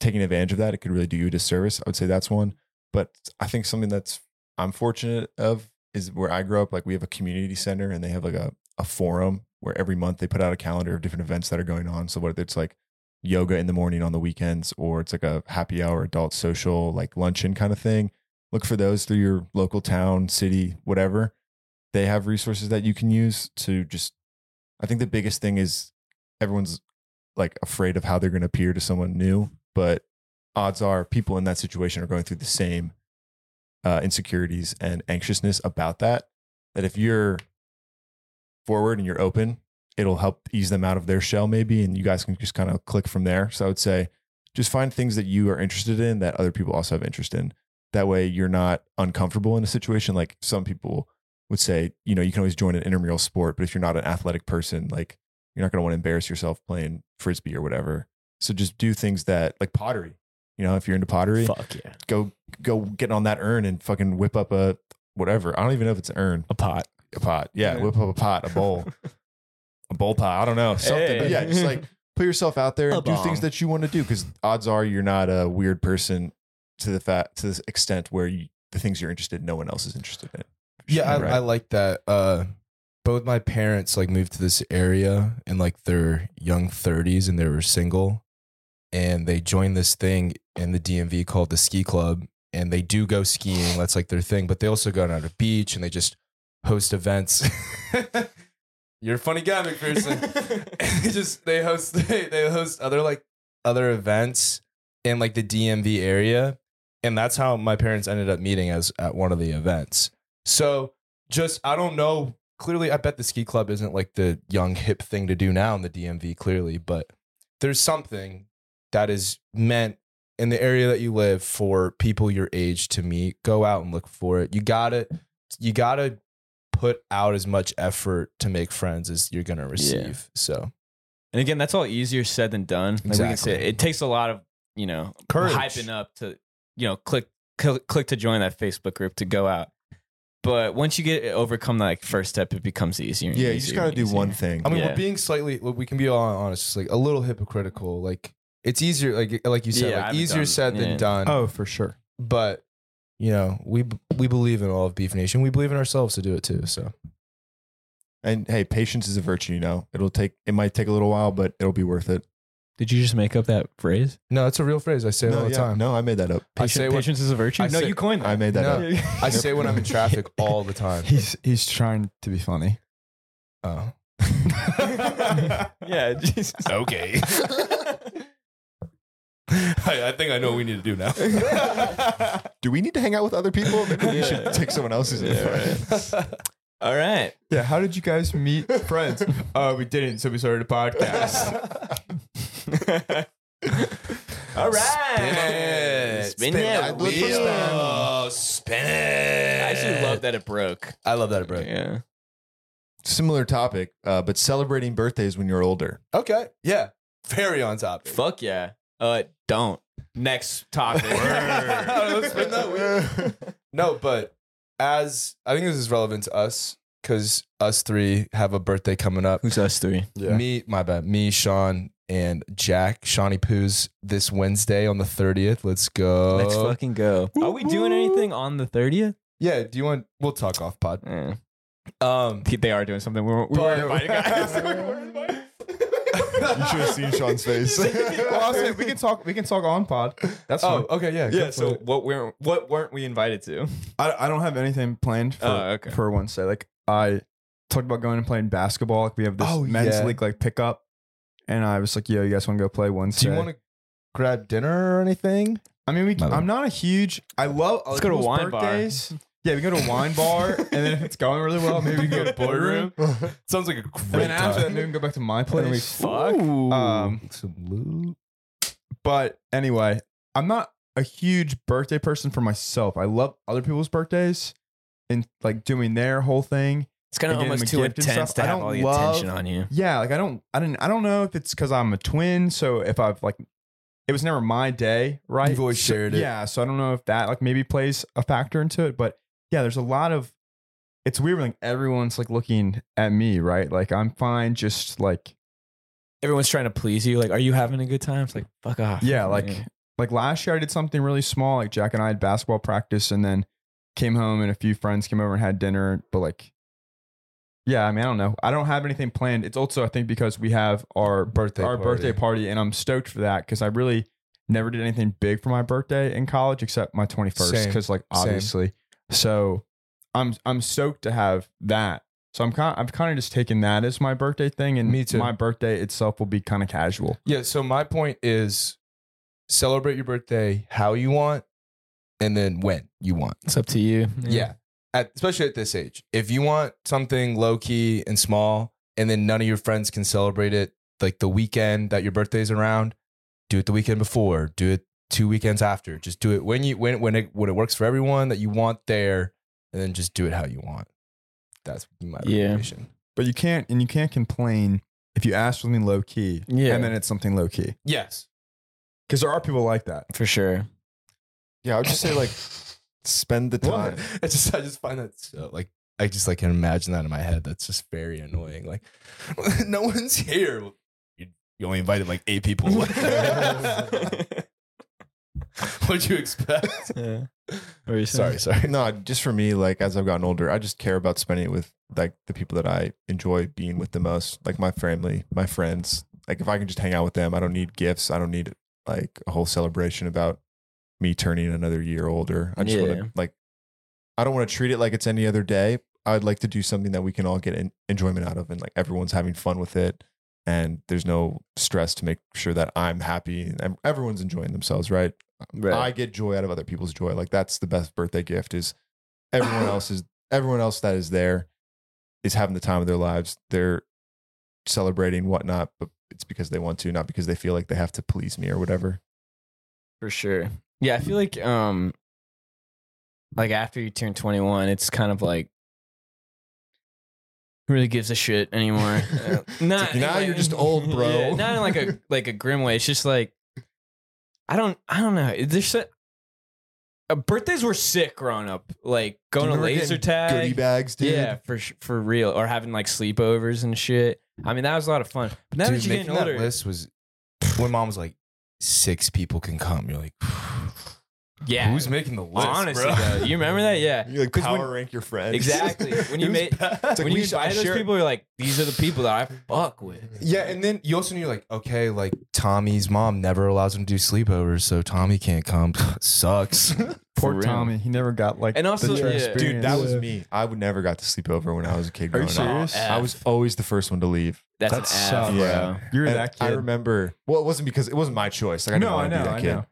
Speaker 5: taking advantage of that, it could really do you a disservice. I would say that's one. But I think something that's I'm fortunate of is where I grew up. Like we have a community center and they have like a, a forum where every month they put out a calendar of different events that are going on. So whether it's like yoga in the morning on the weekends or it's like a happy hour adult social like luncheon kind of thing. Look for those through your local town, city, whatever. They have resources that you can use to just I think the biggest thing is everyone's like afraid of how they're going to appear to someone new, but odds are people in that situation are going through the same uh, insecurities and anxiousness about that. That if you're forward and you're open, it'll help ease them out of their shell, maybe, and you guys can just kind of click from there. So I would say just find things that you are interested in that other people also have interest in. That way you're not uncomfortable in a situation like some people would say, you know, you can always join an intramural sport, but if you're not an athletic person, like you're not going to want to embarrass yourself playing frisbee or whatever. So just do things that like pottery. You know, if you're into pottery,
Speaker 2: Fuck yeah,
Speaker 5: go go get on that urn and fucking whip up a whatever. I don't even know if it's an urn,
Speaker 2: a pot.
Speaker 5: a pot. Yeah, whip up a pot, a bowl, a bowl pot. I don't know something. But yeah, just like put yourself out there and
Speaker 2: A
Speaker 5: do
Speaker 2: bong.
Speaker 5: things that you want to do because odds are you're not a weird person to the fact to this extent where you, the things you're interested in, no one else is interested in.
Speaker 3: Yeah, I,
Speaker 5: Right.
Speaker 3: I like that. Uh, both my parents like moved to this area in like their young 30s and they were single. And they joined this thing in the DMV called the Ski Club. And they do go skiing. That's like their thing. But they also go down to the beach and they just host events. You're a funny guy, McPherson. they just they host they, they host other like other events in like the DMV area. And that's how my parents ended up meeting as at one of the events. So just I don't know. Clearly, I bet the ski club isn't like the young hip thing to do now in the DMV. Clearly, but there's something that is meant in the area that you live for people your age to meet. Go out and look for it. You gotta, you gotta put out as much effort to make friends as you're gonna receive. So
Speaker 2: And again, that's all easier said than done. Like we can say,
Speaker 3: Exactly.
Speaker 2: it takes a lot of you know
Speaker 3: Courage.
Speaker 2: hyping up to you know click cl- click to join that Facebook group to go out. But once you get overcome that like, first step, it becomes easier. and
Speaker 5: Yeah, you
Speaker 2: easier
Speaker 5: just got to
Speaker 2: and
Speaker 5: do
Speaker 2: easier.
Speaker 5: one thing.
Speaker 3: I mean,
Speaker 2: Yeah.
Speaker 3: we're being slightly, we can be all honest, just like a little hypocritical. Like it's easier, like like you said,
Speaker 2: Yeah, I
Speaker 3: like
Speaker 2: haven't
Speaker 3: easier
Speaker 2: done-
Speaker 3: said
Speaker 2: yeah.
Speaker 3: than done.
Speaker 4: Oh, for sure.
Speaker 3: but you know we b- we believe in all of beef nation we believe in ourselves to do it too so
Speaker 5: and hey, patience is a virtue. You know, it'll take it might take a little while, but it'll be worth it.
Speaker 2: Did you just make up that phrase?
Speaker 3: no it's a real phrase i say it
Speaker 5: no,
Speaker 3: all the
Speaker 5: yeah.
Speaker 3: time
Speaker 5: no, I made that up.
Speaker 3: I say what-
Speaker 2: patience is a virtue.
Speaker 3: I
Speaker 2: no,
Speaker 3: say-
Speaker 2: you coined
Speaker 5: I
Speaker 2: that.
Speaker 5: made that
Speaker 3: No.
Speaker 5: up.
Speaker 3: i say when i'm in traffic all the time
Speaker 4: He's he's trying to be funny.
Speaker 3: oh
Speaker 2: yeah, Jesus.
Speaker 3: okay I, I think i know what we need to do now
Speaker 5: Do we need to hang out with other people? Maybe we should take someone else's advice.
Speaker 2: All right.
Speaker 4: Yeah, how did you guys meet friends? uh, we didn't, so we started a podcast.
Speaker 2: All right. Spin
Speaker 3: Spin
Speaker 2: that
Speaker 5: I'd look for
Speaker 2: wheel.
Speaker 5: spin.
Speaker 3: spin it
Speaker 2: I actually love that it broke.
Speaker 3: i love that bro
Speaker 2: Yeah.
Speaker 5: Similar topic, uh, but celebrating birthdays when you're older.
Speaker 3: okay yeah very on top
Speaker 2: Fuck yeah. Uh, don't. Next topic.
Speaker 3: Let's spin that wheel. No, but as I think this is relevant to us because us three have a birthday coming up.
Speaker 2: Who's us three?
Speaker 4: Yeah.
Speaker 3: Me, my bad. Me, Sean, and Jack, Shawnee Poos this Wednesday on the 30th. Let's go.
Speaker 2: Let's fucking go. Oh. Are we doing anything on the 30th?
Speaker 3: Yeah, do you want we'll talk off pod.
Speaker 2: Eh.
Speaker 3: Um
Speaker 2: They are doing something. We were, we
Speaker 3: but-
Speaker 2: were invited, guys.
Speaker 5: You should have seen Sean's face.
Speaker 4: well, I'll say we can talk. We can talk on pod. That's
Speaker 3: Oh,
Speaker 4: fine.
Speaker 3: okay, yeah. go
Speaker 2: yeah.
Speaker 3: for
Speaker 2: So
Speaker 3: it.
Speaker 2: what weren't what weren't we invited to?
Speaker 4: I, I don't have anything planned for
Speaker 2: Oh, okay.
Speaker 4: for Wednesday. Like I talked about going and playing basketball. Like we have this
Speaker 3: Oh,
Speaker 4: men's
Speaker 3: yeah.
Speaker 4: league like pickup, and I was like, "Yo, you guys want to go play Wednesday?"
Speaker 3: do you want to grab dinner or anything?
Speaker 4: I mean, we.
Speaker 3: My bad.
Speaker 4: I'm not a huge. I love.
Speaker 2: Let's go to a wine bar.
Speaker 4: bar. Yeah, we go to a wine bar, and then if it's going really well, maybe we go to boardroom.
Speaker 3: Sounds like a great
Speaker 4: And then after that, maybe we go back to my place.
Speaker 2: Fuck.
Speaker 4: Um,
Speaker 3: Some loot.
Speaker 4: But anyway, I'm not a huge birthday person for myself. I love other people's birthdays and like doing their whole thing.
Speaker 2: It's kind of
Speaker 4: Again,
Speaker 2: almost
Speaker 4: I'm
Speaker 2: too
Speaker 4: gifted and
Speaker 2: intense to
Speaker 4: stuff. I
Speaker 2: have
Speaker 4: don't
Speaker 2: all the
Speaker 4: love-
Speaker 2: attention on you.
Speaker 4: Yeah, like I don't I didn't I don't know if it's cuz I'm a twin, so if I've like it was never my day, right?
Speaker 3: You've always
Speaker 4: So-
Speaker 3: shared it.
Speaker 4: Yeah, so I don't know if that like maybe plays a factor into it, but yeah, there's a lot of it's weird when like everyone's like looking at me, right? Like I'm fine just like
Speaker 2: Everyone's trying to please you. Like, are you having a good time? It's like, fuck off.
Speaker 4: Yeah, like like last year I did something really small. Like Jack and I had basketball practice and then came home and a few friends came over and had dinner. But like yeah, I mean I don't know. I don't have anything planned. It's also I think because we have our
Speaker 3: Birthday
Speaker 4: our
Speaker 3: party.
Speaker 4: birthday party and I'm stoked for that because I really never did anything big for my birthday in college except my 21st
Speaker 3: Same.
Speaker 4: because like
Speaker 3: Same.
Speaker 4: obviously. So I'm I'm stoked to have that. So I'm kind I've kind of just taken that as my birthday thing and
Speaker 3: Me too.
Speaker 4: my birthday itself will be kind of casual.
Speaker 3: Yeah. So my point is celebrate your birthday how you want and then when you want.
Speaker 2: it's up to you.
Speaker 3: Yeah. At, especially at this age. If you want something low key and small and then none of your friends can celebrate it like the weekend that your birthday's around, do it the weekend before, do it two weekends after. Just do it when you when when it when it works for everyone that you want there and then just do it how you want. That's my
Speaker 2: Yeah.
Speaker 3: recommendation.
Speaker 4: But you can't, and you can't complain if you ask something low key,
Speaker 2: Yeah.
Speaker 4: and then it's something low key.
Speaker 3: Yes.
Speaker 4: Because there are people like that.
Speaker 2: For sure.
Speaker 5: yeah, I would just say like spend the time.
Speaker 3: I just I just find that so like I just like can imagine that in my head. That's just very annoying. Like no one's here. Well, You You only invited like eight people. What'd you expect?
Speaker 2: yeah. What were you
Speaker 3: Sorry,
Speaker 2: saying?
Speaker 3: sorry.
Speaker 5: no, just for me, like as I've gotten older, I just care about spending it with like the people that I enjoy being with the most, like my family, my friends. Like if I can just hang out with them, I don't need gifts. I don't need like a whole celebration about me turning another year older. I just want
Speaker 2: Yeah.
Speaker 5: to like, I don't want to treat it like it's any other day. I'd like to do something that we can all get en- enjoyment out of, and like everyone's having fun with it, and there's no stress to make sure that I'm happy and ev- everyone's enjoying themselves, right? I get joy out of other people's joy. Like that's the best birthday gift is everyone else is everyone else that is there is having the time of their lives. They're celebrating whatnot, but it's because they want to, not because they feel like they have to please me or whatever.
Speaker 2: For sure. Yeah, I feel like um like after you turn 21, it's kind of like who really gives a shit anymore. Uh, not
Speaker 5: like, now you're just old, bro.
Speaker 2: Yeah, not in like a like a grim way. It's just like I don't I don't know. There's so, uh, birthdays were sick growing up. Like going to
Speaker 5: Remember
Speaker 2: laser
Speaker 5: getting Goodie
Speaker 2: tag.
Speaker 5: bags, dude.
Speaker 2: Yeah, for sh- for real, or having like sleepovers and shit. I mean, that was a lot of fun. But now that
Speaker 3: Dude,
Speaker 2: you're
Speaker 3: making
Speaker 2: getting
Speaker 3: that
Speaker 2: older,
Speaker 3: list was when mom was like, six people can come. You're like,
Speaker 2: yeah,
Speaker 3: who's making the list?
Speaker 2: honestly,
Speaker 3: bro?
Speaker 2: though, you remember that? Yeah,
Speaker 5: You like
Speaker 2: 'Cause when-
Speaker 5: power rank your friends.
Speaker 2: Exactly. When you
Speaker 3: Who's
Speaker 2: made
Speaker 3: best?
Speaker 5: like
Speaker 2: when
Speaker 5: we
Speaker 2: you
Speaker 5: should- I
Speaker 2: invite those
Speaker 5: share-
Speaker 2: people, you're like, these are the people that I fuck with.
Speaker 3: Yeah, and then you also knew like, okay, like Tommy's mom never allows him to do sleepovers, so Tommy can't come. Sucks.
Speaker 4: Poor
Speaker 2: real.
Speaker 4: Tommy. He never got like
Speaker 2: And also,
Speaker 4: the true
Speaker 2: yeah.
Speaker 4: experience.
Speaker 5: Dude, that was me. I would never got to sleep over when I was a kid
Speaker 4: Are
Speaker 5: growing
Speaker 4: you
Speaker 5: up.
Speaker 4: serious?
Speaker 2: F.
Speaker 5: I was always the first one to leave.
Speaker 2: That's
Speaker 4: That
Speaker 2: an ass,
Speaker 4: sucks.
Speaker 2: bro.
Speaker 4: You're
Speaker 5: And
Speaker 4: that kid.
Speaker 5: I remember. Well, it wasn't because it wasn't my choice. Like I didn't
Speaker 4: no, I
Speaker 5: want to
Speaker 4: know.
Speaker 5: be that
Speaker 4: I
Speaker 5: kid.
Speaker 4: know.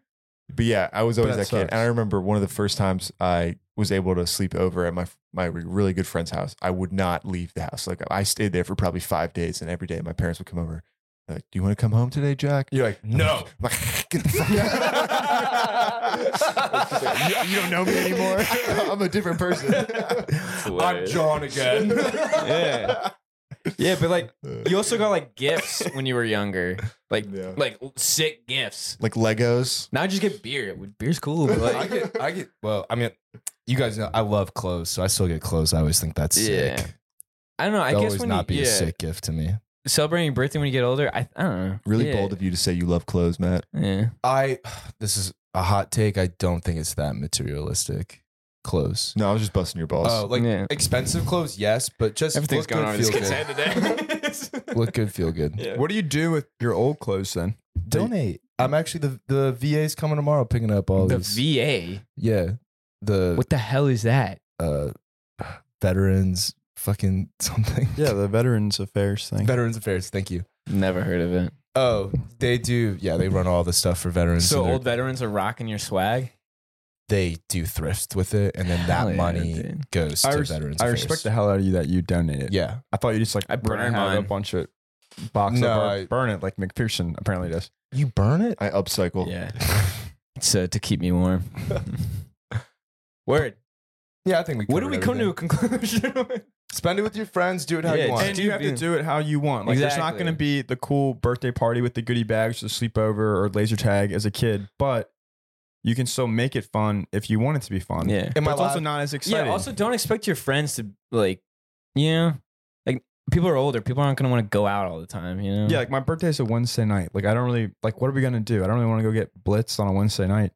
Speaker 5: But yeah, I was always
Speaker 4: that
Speaker 5: that, kid.
Speaker 4: sucks.
Speaker 5: And I remember one of the first times I was able to sleep over at my my really good friend's house. I would not leave the house. Like I stayed there for probably five days, and every day my parents would come over. They're Like, do you want to come home today, Jack?
Speaker 3: You're like, no.
Speaker 5: I'm like, get the fuck out. you, you don't know me anymore. I'm a different person.
Speaker 3: I'm John again.
Speaker 2: Yeah. Yeah, but like you also got like gifts when you were younger, like
Speaker 5: Yeah.
Speaker 2: like sick gifts.
Speaker 5: Like Legos.
Speaker 2: Now I just get beer. Beer's cool, but
Speaker 3: I
Speaker 2: like,
Speaker 3: get, I get. Well, I mean, you guys know I love clothes, so I still get clothes. I always think that's
Speaker 2: Yeah.
Speaker 3: sick.
Speaker 2: I don't know. I
Speaker 3: That'll
Speaker 2: guess
Speaker 3: always
Speaker 2: when
Speaker 3: not
Speaker 2: you,
Speaker 3: be
Speaker 2: yeah,
Speaker 3: a sick gift to me.
Speaker 2: celebrating your birthday when you get older, I, I don't know.
Speaker 5: Really
Speaker 2: yeah.
Speaker 5: bold of you to say you love clothes, Matt.
Speaker 2: Yeah.
Speaker 3: I. This is a hot take. I don't think it's that materialistic. Clothes.
Speaker 5: No, I was just busting your balls.
Speaker 3: Oh, like
Speaker 2: Yeah.
Speaker 3: expensive clothes, yes, but just
Speaker 2: Everything's
Speaker 3: look
Speaker 2: going
Speaker 3: good,
Speaker 2: on in this
Speaker 3: feel
Speaker 2: kid's
Speaker 3: good.
Speaker 2: head today.
Speaker 3: Look good, feel good.
Speaker 2: Yeah.
Speaker 4: What do you do with your old clothes then?
Speaker 3: Donate. I'm actually the the VA's coming tomorrow, picking up all
Speaker 2: The
Speaker 3: these.
Speaker 2: VA.
Speaker 3: yeah, the
Speaker 2: What the hell is that?
Speaker 3: uh, veterans fucking something.
Speaker 4: Yeah, the Veterans Affairs thing.
Speaker 3: Veterans Affairs. Thank you.
Speaker 2: Never heard of it.
Speaker 3: Oh, they do. Yeah, they run all the stuff for veterans.
Speaker 2: So
Speaker 3: and they're-
Speaker 2: old veterans are rocking your swag.
Speaker 3: they do thrift with it, and then that
Speaker 2: Hell yeah,
Speaker 3: money
Speaker 2: dude.
Speaker 3: goes to
Speaker 4: I, res-
Speaker 3: veterans.
Speaker 4: I respect the
Speaker 3: Affairs.
Speaker 4: hell out of you that you donated.
Speaker 3: Yeah,
Speaker 4: I thought you just like
Speaker 2: I
Speaker 4: were gonna
Speaker 2: burn
Speaker 4: have a
Speaker 2: mine.
Speaker 4: bunch of box
Speaker 3: No,
Speaker 4: up or
Speaker 3: I-
Speaker 4: burn it like McPherson apparently does.
Speaker 3: you burn it.
Speaker 5: I upcycle.
Speaker 2: Yeah. so to keep me warm. Word.
Speaker 3: Yeah, I think we.
Speaker 2: What do we
Speaker 3: covered
Speaker 2: come to a
Speaker 3: everything.
Speaker 2: conclusion? with?
Speaker 3: Spend it with your friends. Do it how
Speaker 2: Yeah,
Speaker 3: you want.
Speaker 2: just
Speaker 4: And you have to do it how you want. Like there's not
Speaker 2: Exactly.
Speaker 4: going to be the cool birthday party with the goodie bags, the sleepover, or laser tag as a kid, but you can still make it fun if you want it to be fun.
Speaker 2: yeah.
Speaker 3: Am
Speaker 4: but
Speaker 3: I
Speaker 4: it's also
Speaker 3: allowed-
Speaker 4: not as exciting.
Speaker 2: Yeah. Also, don't expect your friends to like. Yeah. Like people are older. People aren't gonna want to go out all the time. You know.
Speaker 4: Yeah, like my birthday is a Wednesday night. Like I don't really like what are we gonna do? I don't really want to go get blitzed on a Wednesday night.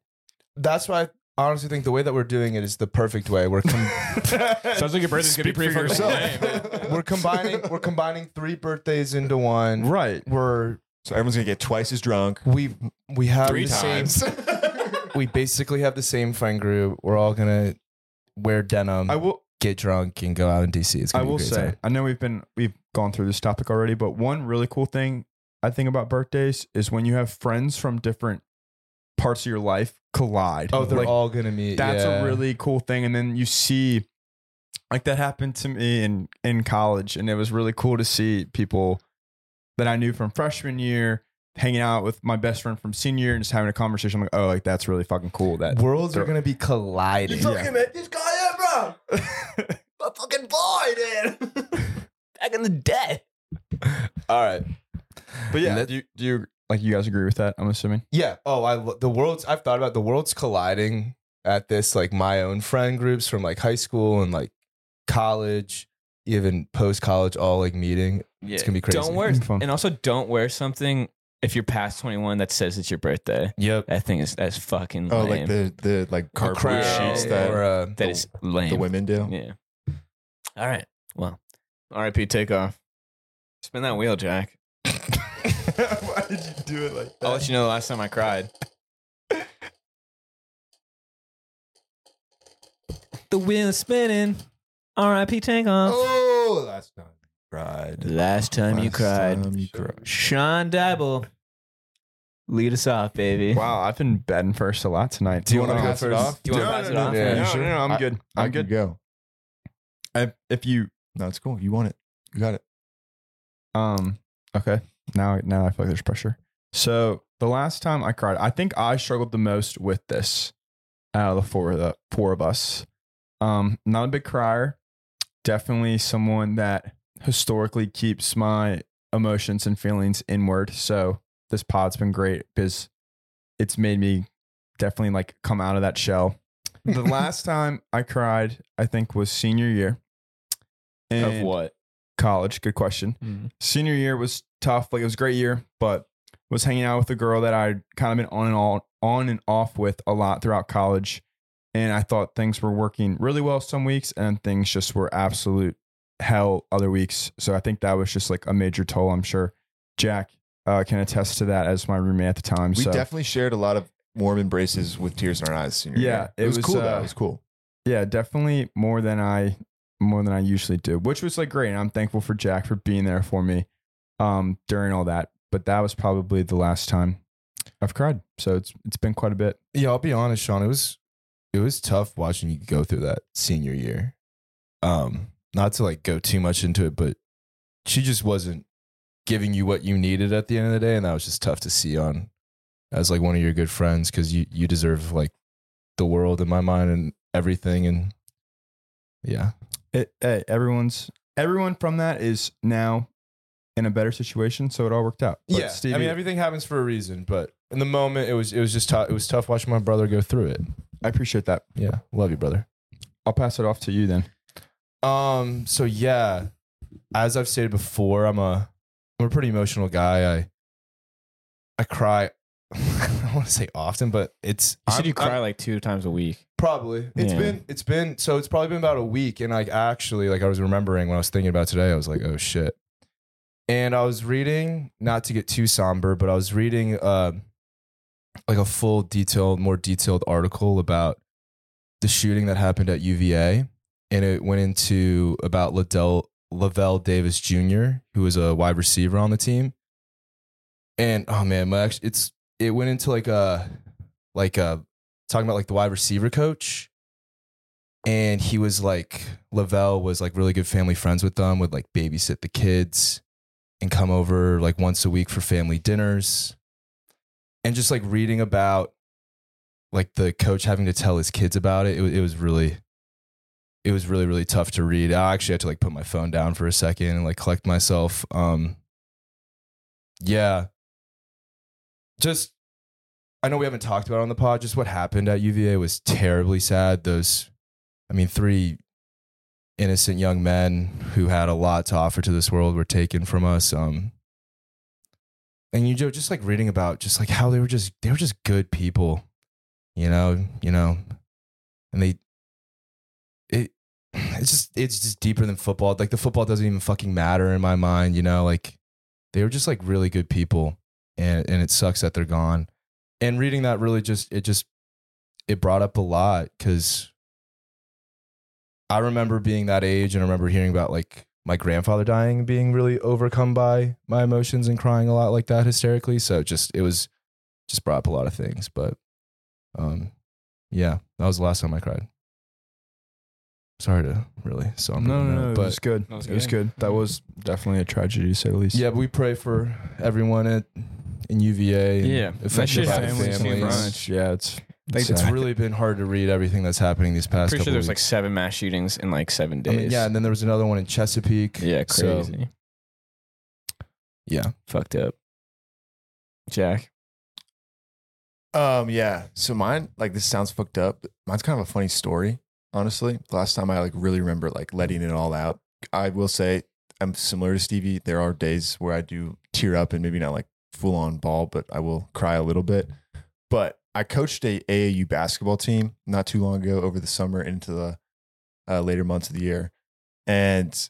Speaker 3: That's why I honestly think the way that we're doing it is the perfect way. We're com-
Speaker 2: Sounds like your birthday's gonna be pretty fucking
Speaker 3: we're combining we're combining three birthdays into one.
Speaker 4: Right.
Speaker 3: We're
Speaker 5: So everyone's gonna get twice as drunk.
Speaker 3: we we have
Speaker 5: Three
Speaker 3: the same-
Speaker 5: times.
Speaker 3: we basically have the same friend group. We're all gonna wear denim,
Speaker 4: I will
Speaker 3: get drunk, and go out in DC. It's
Speaker 4: I
Speaker 3: gonna be a
Speaker 4: will
Speaker 3: great
Speaker 4: say,
Speaker 3: time.
Speaker 4: I know we've been we've gone through this topic already, but one really cool thing I think about birthdays is when you have friends from different parts of your life collide.
Speaker 3: Oh, they're
Speaker 4: Like,
Speaker 3: all gonna meet.
Speaker 4: that's
Speaker 3: yeah.
Speaker 4: a really cool thing. And then you see like that happened to me in in college, and it was really cool to see people that I knew from freshman year hanging out with my best friend from senior year and just having a conversation. I'm like, oh, like that's really fucking cool. That
Speaker 3: worlds are
Speaker 4: they're-
Speaker 3: gonna be colliding.
Speaker 4: Yeah.
Speaker 5: met this guy, yeah, bro. My fucking boy, dude.
Speaker 2: Back in the day.
Speaker 3: All right.
Speaker 4: But yeah,
Speaker 3: Let-
Speaker 4: do you, do you like you guys agree with that? I'm assuming.
Speaker 3: Yeah. Oh, I lo- the worlds. I've thought about the worlds colliding at this. Like my own friend groups from like high school and like college, even post college, all like meeting.
Speaker 2: Yeah.
Speaker 3: It's gonna be crazy.
Speaker 2: Don't wear.
Speaker 4: It's fun.
Speaker 2: And also, don't wear something if you're past 21 that says it's your birthday.
Speaker 3: Yep.
Speaker 2: That thing is that's fucking
Speaker 5: Oh,
Speaker 2: lame.
Speaker 5: like the the like
Speaker 2: crowd
Speaker 5: cardboard sheets
Speaker 2: yeah,
Speaker 5: that
Speaker 3: or, uh,
Speaker 2: that
Speaker 5: the-
Speaker 2: is lame.
Speaker 5: the women do.
Speaker 2: Yeah. All right. Well, RIP takeoff. Spin that wheel, Jack.
Speaker 5: Why did you do it like
Speaker 2: I'll let you know the last time I cried. the wheel is spinning. RIP takeoff.
Speaker 5: Oh, last time cried.
Speaker 2: Last time you
Speaker 5: Last
Speaker 2: cried.
Speaker 5: time you cried.
Speaker 2: Sean Dibel. Lead us off, baby.
Speaker 4: Wow, I've been betting first a lot tonight.
Speaker 3: Do you wanna
Speaker 4: Wow.
Speaker 3: pass it off?
Speaker 2: Do you want to
Speaker 5: No,
Speaker 2: pass
Speaker 5: no,
Speaker 2: it
Speaker 5: no,
Speaker 2: off?
Speaker 5: no,
Speaker 4: No,
Speaker 5: Yeah, you
Speaker 4: no,
Speaker 5: sure?
Speaker 4: no, I'm
Speaker 5: I-
Speaker 4: good.
Speaker 5: I can
Speaker 4: I'm good.
Speaker 5: Go.
Speaker 4: I, if you,
Speaker 5: No, it's cool. You want it. You got it.
Speaker 4: um, okay, now now I feel like there's pressure. So the last time I cried, I think I struggled the most with this out of the four of the four of us. Um, not a big crier, definitely someone that historically keeps my emotions and feelings inward. So this pod's been great because it's made me definitely like come out of that shell. The last time I cried, I think, was senior year.
Speaker 2: Of
Speaker 4: And
Speaker 2: what? Mm-hmm.
Speaker 4: College. Good question. Senior year was tough. Like it was a great year, but was hanging out with a girl that I'd kind of been on and on, on and off with a lot throughout college. And I thought things were working really well some weeks and things just were absolute hell other weeks. So I think that was just like a major toll. I'm sure Jack uh, can attest to that as my roommate at the time.
Speaker 5: We
Speaker 4: so
Speaker 5: definitely shared a lot of warm embraces with tears in our eyes. Senior
Speaker 4: Yeah,
Speaker 5: year.
Speaker 4: it was,
Speaker 5: cool.
Speaker 4: uh,
Speaker 5: though. It was cool.
Speaker 4: Yeah, definitely more than I more than I usually do, which was like great. And I'm thankful for Jack for being there for me um during all that. But that was probably the last time I've cried. So it's it's been quite a bit.
Speaker 3: Yeah, I'll be honest, Sean. It was it was tough watching you go through that senior year. Um, not to like go too much into it, but she just wasn't giving you what you needed at the end of the day, and that was just tough to see on as like one of your good friends because you you deserve like the world in my mind and everything, and yeah,
Speaker 4: It, hey, everyone's everyone from that is now in a better situation, so it all worked out. But Stevie,
Speaker 3: I mean, everything happens for a reason, but in the moment, it was it was just tough. It was tough watching my brother go through it.
Speaker 4: I appreciate that.
Speaker 3: Yeah, love you, brother.
Speaker 4: I'll pass it off to you then.
Speaker 3: Um. So yeah, as I've stated before, I'm a I'm a pretty emotional guy. I I cry. I don't want to say often, but it's
Speaker 2: You said
Speaker 3: I'm-
Speaker 2: you cry
Speaker 3: I'm-
Speaker 2: like two times a week.
Speaker 3: probably. It's
Speaker 2: Yeah.
Speaker 3: been it's been so it's probably been about a week, and like actually, like I was remembering when I was thinking about today, I was like, oh shit. And I was reading, not to get too somber, but I was reading um like a full detailed, more detailed article about the shooting that happened at UVA, and it went into about Liddell Lavelle Davis Jr., who was a wide receiver on the team. And oh man, my ex- it's it went into like a like a talking about like the wide receiver coach, and he was like Lavelle was like really good family friends with them, would like babysit the kids, and come over like once a week for family dinners, and just like reading about like the coach having to tell his kids about it. It, wa- it was really, it was really really tough to read. I actually had to like put my phone down for a second and like collect myself. Um, yeah, just I know we haven't talked about it on the pod. Just what happened at UVA was terribly sad. Those, I mean, three innocent young men who had a lot to offer to this world were taken from us. Um, and you Joe, just like reading about just like how they were just they were just good people, you know, you know, and they, it, it's just it's just deeper than football. Like the football doesn't even fucking matter in my mind, you know. Like they were just like really good people, and and it sucks that they're gone and reading that really just it just it brought up a lot because i remember being that age and i remember hearing about like my grandfather dying being really overcome by my emotions and crying a lot like that hysterically so just it was just brought up a lot of things but um yeah that was the last time i cried sorry to really so I'm
Speaker 4: it was
Speaker 3: but
Speaker 4: good.
Speaker 2: That was
Speaker 4: It was good. That was definitely a tragedy to say the least.
Speaker 3: yeah but we pray for everyone at in uva and
Speaker 2: Yeah. That
Speaker 3: affected
Speaker 2: shit
Speaker 3: by the
Speaker 2: happens to
Speaker 3: families
Speaker 2: everyone.
Speaker 4: Yeah, it's
Speaker 3: like, it's
Speaker 4: sad.
Speaker 3: really been hard to read everything that's happening these past
Speaker 2: Pretty sure
Speaker 3: couple
Speaker 2: there's like
Speaker 3: weeks.
Speaker 2: seven mass shootings in like seven days.
Speaker 3: I mean, yeah, and then there was another one in Chesapeake.
Speaker 2: Yeah,
Speaker 3: So,
Speaker 2: crazy.
Speaker 3: yeah.
Speaker 2: Fucked up. Jack.
Speaker 5: Um, yeah. So mine, like, this sounds fucked up. but Mine's kind of a funny story, honestly. The last time I like really remember like letting it all out. I will say I'm similar to Stevie. There are days where I do tear up and maybe not like full on ball, but I will cry a little bit. But I coached a AAU basketball team not too long ago over the summer into the uh, later months of the year, and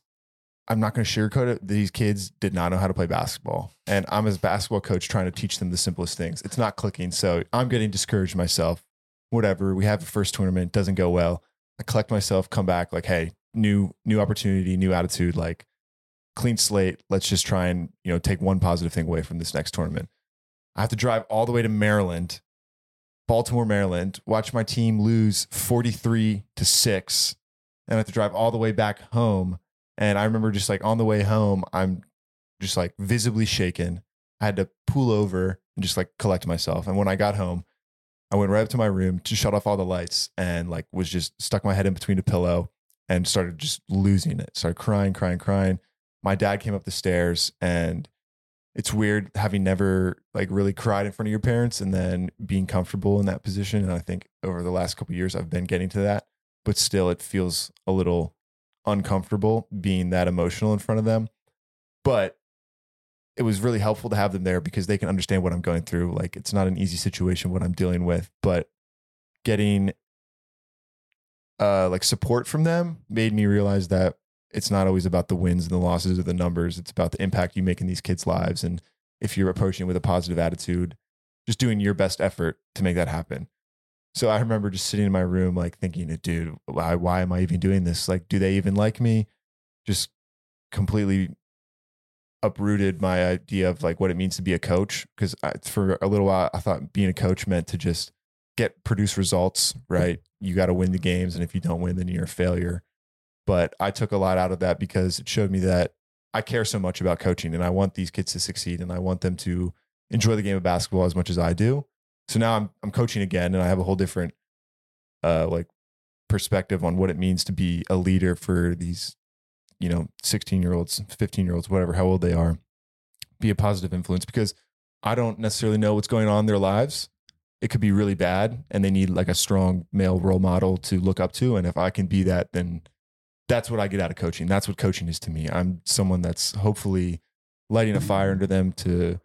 Speaker 5: I'm not going to sugarcoat it. These kids did not know how to play basketball, and I'm as a basketball coach trying to teach them the simplest things. It's not clicking, so I'm getting discouraged myself. Whatever. We have a first tournament, doesn't go well. I collect myself, come back, like, hey, new new opportunity, new attitude, like clean slate. Let's just try and you know take one positive thing away from this next tournament. I have to drive all the way to Maryland, Baltimore, Maryland, watch my team lose 43 to six, and I have to drive all the way back home. And I remember just like on the way home, I'm just like visibly shaken. I had to pull over and just like collect myself. And when I got home, I went right up to my room to shut off all the lights and like was just stuck my head in between a pillow and started just losing it. Started crying, crying, crying. My dad came up the stairs and it's weird having never like really cried in front of your parents and then being comfortable in that position. And I think over the last couple of years I've been getting to that, but still it feels a little uncomfortable being that emotional in front of them. But it was really helpful to have them there because they can understand what I'm going through. Like it's not an easy situation what I'm dealing with, but getting uh like support from them made me realize that it's not always about the wins and the losses or the numbers. It's about the impact you make in these kids' lives and if you're approaching it with a positive attitude, just doing your best effort to make that happen. So I remember just sitting in my room, like thinking, dude, why, why am I even doing this? Like, do they even like me? Just completely uprooted my idea of like what it means to be a coach. Cause I, for a little while, I thought being a coach meant to just get produce results, right? You got to win the games. And if you don't win, then you're a failure. But I took a lot out of that because it showed me that I care so much about coaching and I want these kids to succeed and I want them to enjoy the game of basketball as much as I do so now I'm I'm coaching again and I have a whole different uh like perspective on what it means to be a leader for these you know 16 year olds 15 year olds whatever how old they are be a positive influence because I don't necessarily know what's going on in their lives it could be really bad and they need like a strong male role model to look up to and if I can be that then that's what I get out of coaching that's what coaching is to me I'm someone that's hopefully lighting a fire under them to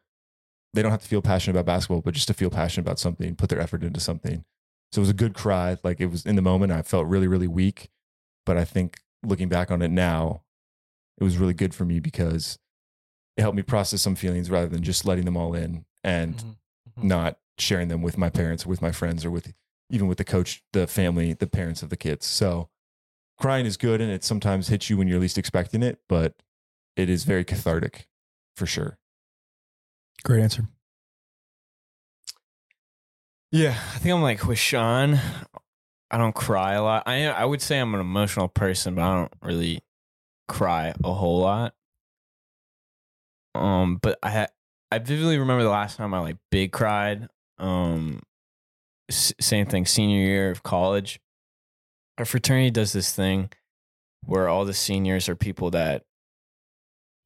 Speaker 5: they don't have to feel passionate about basketball, but just to feel passionate about something, put their effort into something. So it was a good cry. Like it was in the moment, I felt really, really weak. But I think looking back on it now, it was really good for me because it helped me process some feelings rather than just letting them all in and
Speaker 3: Mm-hmm.
Speaker 5: not sharing them with my parents, with my friends, or with even with the coach, the family, the parents of the kids. So crying is good and it sometimes hits you when you're least expecting it, but it is very cathartic for sure.
Speaker 4: Great answer.
Speaker 2: Yeah, I think I'm like with Sean. I don't cry a lot. I I would say I'm an emotional person, but I don't really cry a whole lot. Um, but I ha- I vividly remember the last time I like big cried. Um, s- same thing, senior year of college. Our fraternity does this thing where all the seniors are people that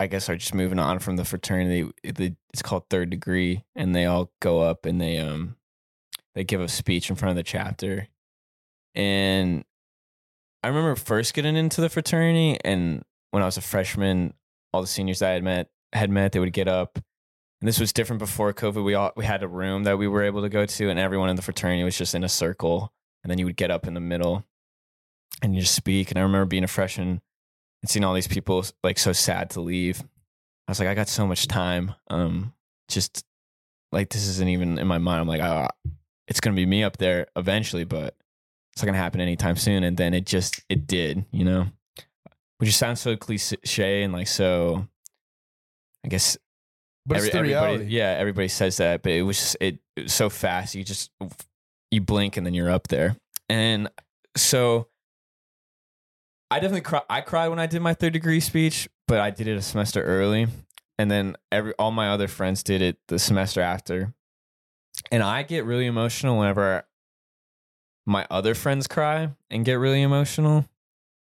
Speaker 2: I guess are just moving on from the fraternity. It- it- It's called third degree, and they all go up and they um they give a speech in front of the chapter. And I remember first getting into the fraternity, and when I was a freshman, all the seniors that I had met had met they would get up. And this was different before COVID. We all we had a room that we were able to go to, and everyone in the fraternity was just in a circle, and then you would get up in the middle, and you just speak. And I remember being a freshman and seeing all these people like so sad to leave. I was like, I got so much time. Um, just like this isn't even in my mind. I'm like, ah, it's gonna be me up there eventually, but it's not gonna happen anytime soon. And then it just it did, you know, which just sounds so cliche and like so. I guess
Speaker 3: But it's the
Speaker 2: Every- everybody,
Speaker 3: reality.
Speaker 2: Yeah, everybody says that, but it was just it, it was so fast. You just you blink and then you're up there. And so I definitely cry. I cried when I did my third degree speech, but I did it a semester early, and then every all my other friends did it the semester after. And I get really emotional whenever my other friends cry and get really emotional.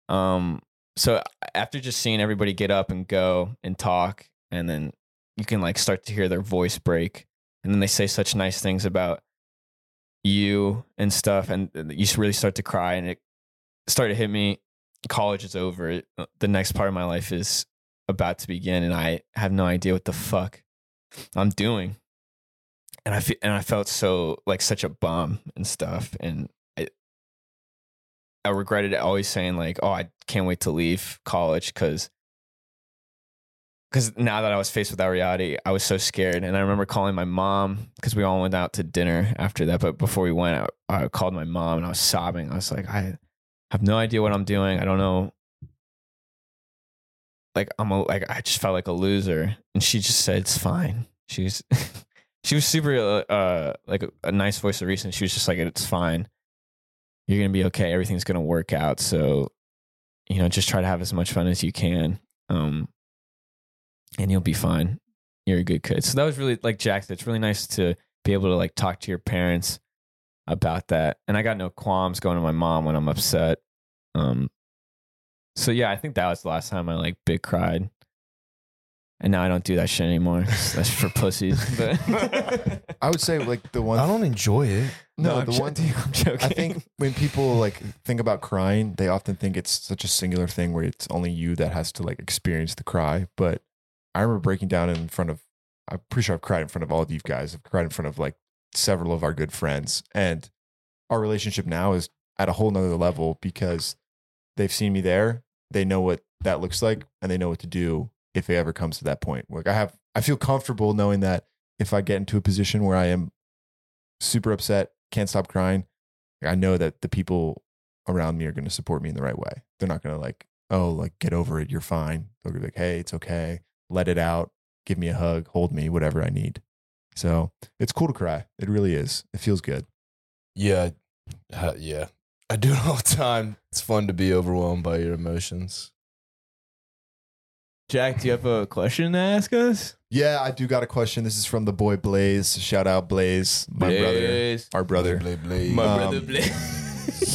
Speaker 2: Um, so after just seeing everybody get up and go and talk, and then you can like start to hear their voice break, and then they say such nice things about you and stuff, and uh, you s- really start to cry, and it started to hit me. College is uh, over. The next part of my life is about to begin, and I have no idea what the fuck I'm doing. And I feel, and I felt so like such a bum and stuff. And I I regretted always saying like, oh, I can't wait to leave college because because now that I was faced with that reality, I was so scared. And I remember calling my mom because we all went out to dinner after that. But before we went, I, I called my mom and I was sobbing. I was like, I have no idea what I'm doing. I don't know. Like I'm a, like I just felt like a loser, and she just said it's fine. She was she was super uh like a, a nice voice of reason. She was just like it's fine. You're gonna be okay. Everything's gonna work out. So, you know, just try to have as much fun as you can. Um, and you'll be fine. You're a good kid. So that was really like Jack. It's really nice to be able to like talk to your parents about that. And I got no qualms going to my mom when I'm upset. Um, so yeah, I think that was the last time I like big cried. And now I don't do that shit anymore. That's for pussies. But
Speaker 5: I would say like the one.
Speaker 3: I don't enjoy it.
Speaker 5: no,
Speaker 2: I'm
Speaker 5: the
Speaker 2: jo-
Speaker 5: one.
Speaker 2: I'm joking.
Speaker 5: I think when people like think about crying, they often think it's such a singular thing where it's only you that has to like experience the cry. But I remember breaking down in front of I'm pretty sure I've cried in front of all of you guys. I've cried in front of like several of our good friends. And our relationship now is at a whole nother level because they've seen me there. They know what that looks like and they know what to do if it ever comes to that point. Like I have I feel comfortable knowing that if I get into a position where I am super upset, can't stop crying, I know that the people around me are going to support me in the right way. They're not going to like, oh, like get over it, you're fine. They're going to be like, hey, it's okay, let it out, give me a hug, hold me, whatever I need. So it's cool to cry. It really is. It feels good.
Speaker 3: Yeah, uh, yeah. I do it all the time. It's fun to be overwhelmed by your emotions.
Speaker 2: Jack, do you have a question to ask us?
Speaker 5: Yeah, I do got a question. This is from the boy Blaze. Shout out Blaze, my brother, our brother.
Speaker 3: Blah, blah, blah.
Speaker 5: My
Speaker 2: My
Speaker 5: brother
Speaker 2: brother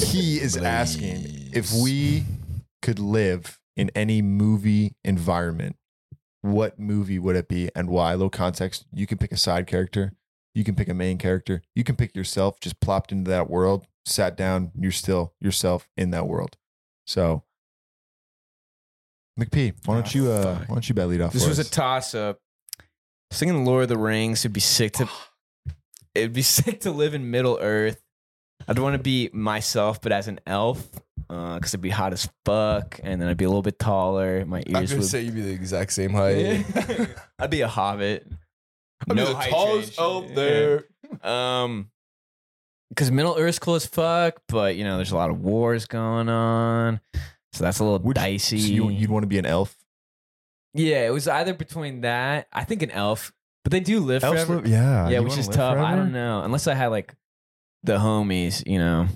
Speaker 5: He is asking if we could live in any movie environment, what movie would it be and why? Low context. You can pick a side character. You can pick a main character. You can pick yourself. Just plopped into that world, sat down. You're still yourself in that world. So, McP, why don't you? Uh, why don't you bat lead off?
Speaker 2: Ah, This
Speaker 5: for
Speaker 2: was a
Speaker 5: us?
Speaker 2: toss up. Singing Lord of the Rings would be sick to. It'd be sick to live in Middle Earth. I'd want to be myself, but as an elf, because it'd be hot as fuck, and then I'd be a little bit taller. My
Speaker 3: I'm
Speaker 2: ears
Speaker 3: gonna
Speaker 2: would.
Speaker 3: say you'd be the exact same height.
Speaker 2: I'd be a hobbit.
Speaker 3: I'm the
Speaker 2: height
Speaker 3: tallest
Speaker 2: change.
Speaker 3: up there.
Speaker 2: Um, because Middle Earth's cool as fuck, but you know there's a lot of wars going on, so that's a little
Speaker 5: Would you-
Speaker 2: dicey.
Speaker 5: So you, you'd want to be an elf.
Speaker 2: yeah, it was either between that. I think an elf, but they do live
Speaker 4: Elves
Speaker 2: forever.
Speaker 4: live- yeah.
Speaker 2: yeah,
Speaker 4: you
Speaker 2: which
Speaker 4: wanna
Speaker 2: is
Speaker 4: live
Speaker 2: tough. I
Speaker 4: forever?
Speaker 2: don't know. Unless I had like the homies, you know.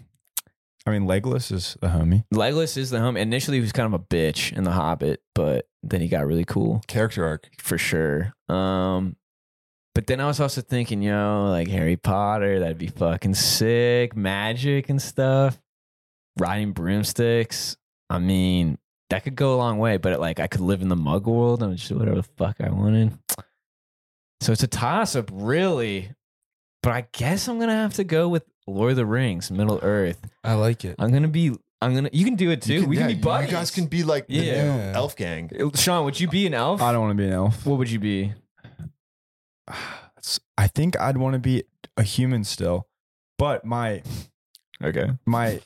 Speaker 4: I mean, Legolas is a homie.
Speaker 2: Legolas is the homie. Initially, he was kind of a bitch in The Hobbit, but then he got really cool
Speaker 5: Character arc.
Speaker 2: for sure. Um, but then I was also thinking, yo, like Harry Potter, that'd be fucking sick. Magic and stuff. Riding broomsticks. I mean, that could go a long way, but like I could live in the mug world and just do whatever the fuck I wanted. So it's a toss up, really. But I guess I'm gonna have to go with Lord of the Rings, Middle Earth.
Speaker 3: I like it.
Speaker 2: I'm gonna be. I'm gonna. You can do it too.
Speaker 5: You
Speaker 2: we
Speaker 5: yeah,
Speaker 2: can be buddies.
Speaker 5: You guys can be like the
Speaker 2: Yeah.
Speaker 5: new elf gang.
Speaker 2: Sean, would you be an elf?
Speaker 4: I don't want to be an elf.
Speaker 2: What would you be?
Speaker 4: It's- I think I'd want to be a human still, but my
Speaker 2: Okay.
Speaker 4: my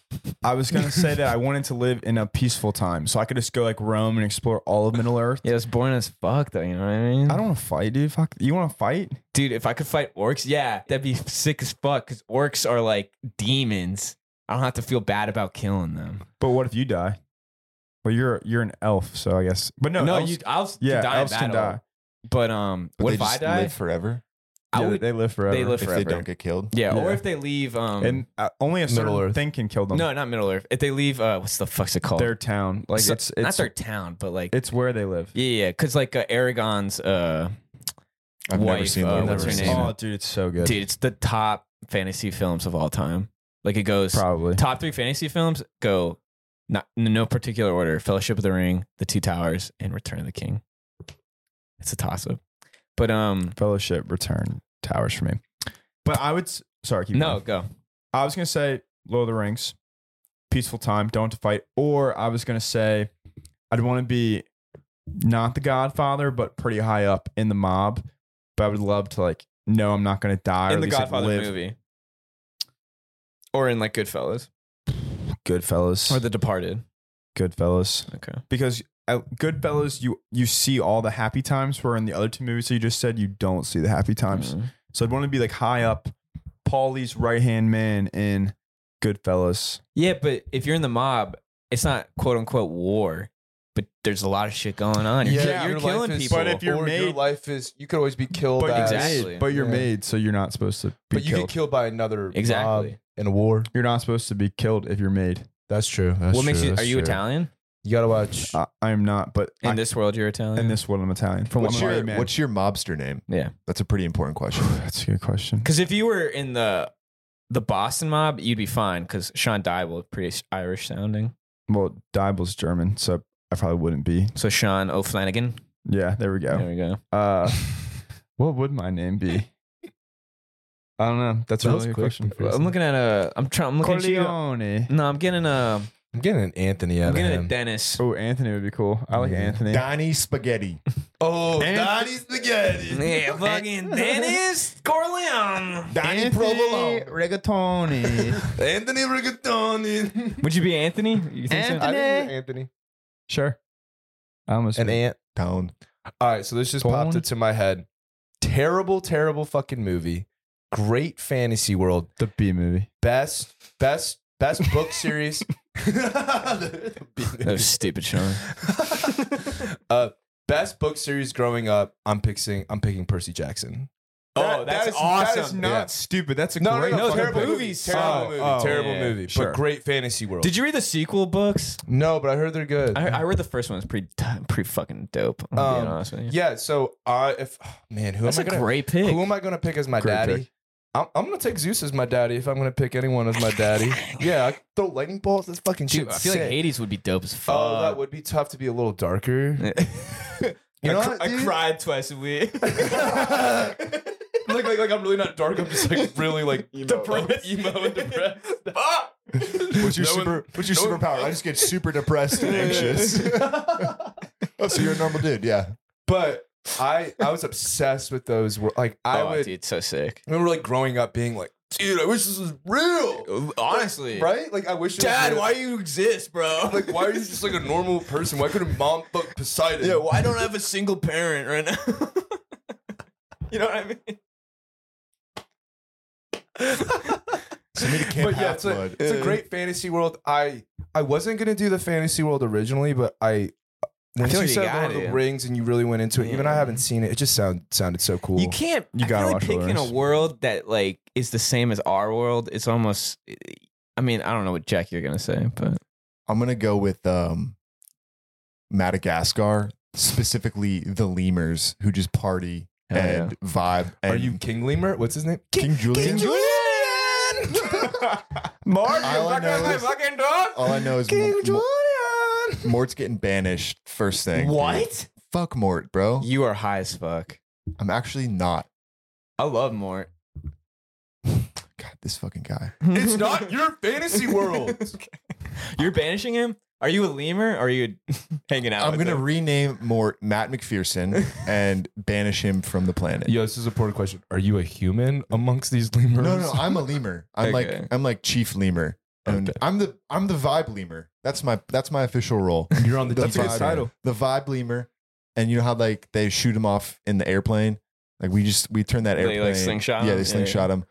Speaker 4: I was gonna say that I wanted to live in a peaceful time, so I could just go like roam and explore all of Middle Earth.
Speaker 2: Yeah, it's boring as fuck, though. You know what I mean?
Speaker 4: I don't want to fight, dude. Fuck, you want to fight?
Speaker 2: dude. If I could fight orcs, yeah, that'd be sick as fuck. Because orcs are like demons. I don't have to feel bad about killing them.
Speaker 4: But what if you die? Well, you're you're an elf, so I guess. But no,
Speaker 2: No,
Speaker 4: elves-
Speaker 2: you. I'll
Speaker 4: yeah,
Speaker 2: die. in
Speaker 4: elves can
Speaker 2: battle.
Speaker 4: die.
Speaker 2: But um,
Speaker 5: But
Speaker 2: what
Speaker 5: they
Speaker 2: if I
Speaker 5: just
Speaker 2: die?
Speaker 5: live forever
Speaker 2: I
Speaker 4: Yeah,
Speaker 2: would.
Speaker 4: they live forever.
Speaker 2: They live
Speaker 5: if
Speaker 2: forever.
Speaker 5: they don't get killed?
Speaker 2: yeah, or
Speaker 4: Yeah.
Speaker 2: if they leave. Um,
Speaker 4: and um, uh, only a certain
Speaker 3: Middle Earth.
Speaker 4: thing can kill them.
Speaker 2: no, not Middle Earth. If they leave, uh, what's the fuck's it called?
Speaker 4: their town, like
Speaker 2: So-
Speaker 4: it's
Speaker 2: not
Speaker 4: it's
Speaker 2: their town, but like
Speaker 4: it's where they live.
Speaker 2: yeah, yeah. Because like uh, Aragon's uh,
Speaker 5: I've never
Speaker 2: Wife,
Speaker 5: seen
Speaker 2: uh,
Speaker 5: Lord of the
Speaker 2: what's her
Speaker 5: Rings.
Speaker 2: name?
Speaker 4: Oh, dude, it's so good.
Speaker 2: dude, it's the top fantasy films of all time. Like it goes
Speaker 4: Probably.
Speaker 2: top three fantasy films go not in no particular order: Fellowship of the Ring, The Two Towers, and Return of the King. It's a toss up, but um,
Speaker 4: Fellowship Return Towers for me. But I would s- sorry, keep
Speaker 2: no,
Speaker 4: going.
Speaker 2: go.
Speaker 4: I was gonna say Lord of the Rings, peaceful time, don't have to fight. Or I was gonna say I'd want to be not the Godfather, but pretty high up in the mob, But I would love to like know I'm not gonna die.
Speaker 2: in
Speaker 4: or at
Speaker 2: the
Speaker 4: least, like,
Speaker 2: Godfather
Speaker 4: live.
Speaker 2: movie, or in like Goodfellas
Speaker 4: Goodfellas.
Speaker 2: or The Departed.
Speaker 4: Goodfellas.
Speaker 2: Okay.
Speaker 4: Because at Goodfellas, you you see all the happy times. Where in the other two movies that you just said, you don't see the happy times.
Speaker 2: Mm.
Speaker 4: So I'd want to be like high up, Paulie's right hand man in Goodfellas.
Speaker 2: Yeah, but if you're in the mob, it's not quote unquote war, but there's a lot of shit going on. You're,
Speaker 3: Yeah,
Speaker 2: you're
Speaker 3: your
Speaker 2: killing
Speaker 3: life is-
Speaker 2: people.
Speaker 3: But
Speaker 5: if you're
Speaker 3: or your
Speaker 5: made-
Speaker 3: life is you could always be killed.
Speaker 4: But
Speaker 3: as-
Speaker 2: Exactly.
Speaker 4: But you're
Speaker 3: Yeah.
Speaker 4: made, so you're not supposed to be
Speaker 3: But you
Speaker 4: killed.
Speaker 3: get killed by another
Speaker 2: Exactly.
Speaker 3: mob in a war.
Speaker 4: you're not supposed to be killed if you're made.
Speaker 3: That's true. Uh,
Speaker 2: what makes you? Are you Italian?
Speaker 3: You gotta watch.
Speaker 4: I, I am not, but
Speaker 2: In
Speaker 4: I-
Speaker 2: this world, you're Italian.
Speaker 4: in this world, I'm Italian. From
Speaker 5: What's
Speaker 4: I'm a
Speaker 5: your,
Speaker 4: man.
Speaker 5: what's your mobster name?
Speaker 2: yeah.
Speaker 5: That's a pretty important question.
Speaker 4: That's a good question.
Speaker 2: Because if you were in the the Boston mob, you'd be fine. Because Sean Dybel, pretty Irish sounding.
Speaker 4: Well, Dibel's German, so I probably wouldn't be.
Speaker 2: So Sean O'Flanagan.
Speaker 4: Yeah, there we
Speaker 2: There
Speaker 4: go.
Speaker 2: we go.
Speaker 4: Uh, what would my name be? I don't know. That's a
Speaker 3: That was
Speaker 4: really good
Speaker 3: quick.
Speaker 4: question.
Speaker 2: I'm looking at a. I'm trying. I'm looking at
Speaker 4: Corleone.
Speaker 2: you. No, I'm getting a.
Speaker 3: I'm getting an Anthony out
Speaker 2: I'm
Speaker 3: of
Speaker 2: getting a
Speaker 3: him.
Speaker 2: Dennis.
Speaker 4: Oh, Anthony would be cool. I like
Speaker 3: Yeah.
Speaker 4: Anthony.
Speaker 5: Donnie Spaghetti.
Speaker 3: oh,
Speaker 5: Anth-
Speaker 3: Donnie Spaghetti.
Speaker 2: Yeah, fucking Dennis Corleone.
Speaker 5: Donnie Provolone.
Speaker 4: Rigatoni.
Speaker 3: Anthony Rigatoni.
Speaker 2: Would you be Anthony? You think so?
Speaker 3: I think you're Anthony.
Speaker 4: sure. I almost
Speaker 3: An ant.
Speaker 5: Tone.
Speaker 3: All right, so this just popped
Speaker 4: Bone?
Speaker 3: into my head. Terrible, terrible fucking movie. Great fantasy world.
Speaker 4: the B movie.
Speaker 3: Best, best, best book series. The B
Speaker 2: That
Speaker 3: movie.
Speaker 2: was stupid, Sean.
Speaker 3: uh, best book series growing up. I'm picking. I'm picking Percy Jackson.
Speaker 4: That- that is- Oh, That is not stupid. That's a
Speaker 3: No,
Speaker 4: great
Speaker 3: no, no,
Speaker 2: fucking
Speaker 3: terrible
Speaker 2: movie.
Speaker 3: movie. Terrible
Speaker 2: Oh,
Speaker 3: movie.
Speaker 2: oh,
Speaker 3: terrible
Speaker 2: yeah,
Speaker 3: movie.
Speaker 4: sure.
Speaker 3: But great fantasy world.
Speaker 2: Did you read the sequel books?
Speaker 3: No, but I heard they're good.
Speaker 2: I, I read the first one. It's pretty, pretty fucking dope. I'm being
Speaker 3: Um,
Speaker 2: honest with you.
Speaker 3: yeah. So I if oh, man, who
Speaker 2: that's
Speaker 3: am
Speaker 2: a
Speaker 3: I gonna
Speaker 2: great pick.
Speaker 3: who am I gonna pick as my
Speaker 4: Great
Speaker 3: daddy?
Speaker 4: pick.
Speaker 3: I'm, I'm gonna take Zeus as my daddy if I'm gonna pick anyone as my daddy. yeah, I throw lightning bolts. That's fucking
Speaker 2: Dude,
Speaker 3: shit.
Speaker 2: I feel like Hades would be dope as fuck.
Speaker 3: Oh, that would be tough to be a little darker. You know
Speaker 2: Uh, I, cr-
Speaker 3: what,
Speaker 2: I
Speaker 3: dude?
Speaker 2: cried twice a week.
Speaker 3: like, like, like I'm really not dark. I'm just like really like depressed, emo and depressed.
Speaker 5: What's your
Speaker 3: No one-
Speaker 5: super? what's your
Speaker 3: no one-
Speaker 5: superpower? I just get super depressed and anxious. oh, so you're a normal dude? Yeah.
Speaker 3: but I, I was obsessed with those. wor- Like I
Speaker 2: oh,
Speaker 3: would
Speaker 2: dude, so sick.
Speaker 3: remember, like growing up, being like, dude, I wish this was real.
Speaker 2: Oh, Honestly,
Speaker 3: Right? Like I wish. it was real.
Speaker 2: you exist, bro?
Speaker 3: Like, why are you just like a normal person? Why couldn't mom fuck Poseidon?
Speaker 2: why don't I have a single parent right now? you know what I mean?
Speaker 5: Send me to Camp
Speaker 3: But yeah, it's a,
Speaker 5: Half-Blood.
Speaker 3: it's a great fantasy world. I I wasn't gonna do the fantasy world originally, but I when
Speaker 2: feel
Speaker 3: you
Speaker 2: like you
Speaker 3: said
Speaker 2: gotta
Speaker 3: Lord of the
Speaker 2: do.
Speaker 3: Rings and you really went into it, even I
Speaker 2: Yeah.
Speaker 3: haven't seen it. It just sound sounded so cool.
Speaker 2: You can't.
Speaker 4: You
Speaker 2: I
Speaker 4: gotta
Speaker 2: feel
Speaker 4: watch
Speaker 2: like
Speaker 4: Lord of the
Speaker 2: picking a
Speaker 4: Rings.
Speaker 2: world that like is the same as our world. It's almost. I mean, I don't know what Jack you're gonna say, but
Speaker 5: I'm gonna go with um, Madagascar, specifically the lemurs who just party
Speaker 2: Hell
Speaker 5: and vibe.
Speaker 3: Are
Speaker 5: and
Speaker 3: you King Lemur? What's his name?
Speaker 5: King Julian?
Speaker 4: Mark,
Speaker 5: All I know is- All I know is Mo- Mo- Mort's getting banished first thing. dude. Fuck Mort, bro.
Speaker 2: You are high as fuck.
Speaker 5: I'm actually not.
Speaker 2: I love Mort.
Speaker 5: God, this fucking guy.
Speaker 3: It's not your fantasy world.
Speaker 2: You're banishing him. Are you a lemur? Or are you hanging out?
Speaker 5: I'm
Speaker 2: with
Speaker 5: gonna
Speaker 2: him?
Speaker 5: rename Mort Matt McPherson and banish him from the planet.
Speaker 3: Yo, this is an important question. Are you a human amongst these lemurs?
Speaker 5: No, no, I'm a lemur. I'm
Speaker 2: Okay.
Speaker 5: like I'm like chief lemur. And I'm the I'm the vibe lemur. That's my that's my official role.
Speaker 3: You're on the
Speaker 5: That's a good
Speaker 3: vibe.
Speaker 5: title. The vibe lemur. And you know how like they shoot him off in the airplane? Like we just we turned that
Speaker 2: They, like,
Speaker 5: airplane.
Speaker 2: slingshot
Speaker 5: Yeah,
Speaker 2: him?
Speaker 5: they
Speaker 2: Yeah,
Speaker 5: slingshot him.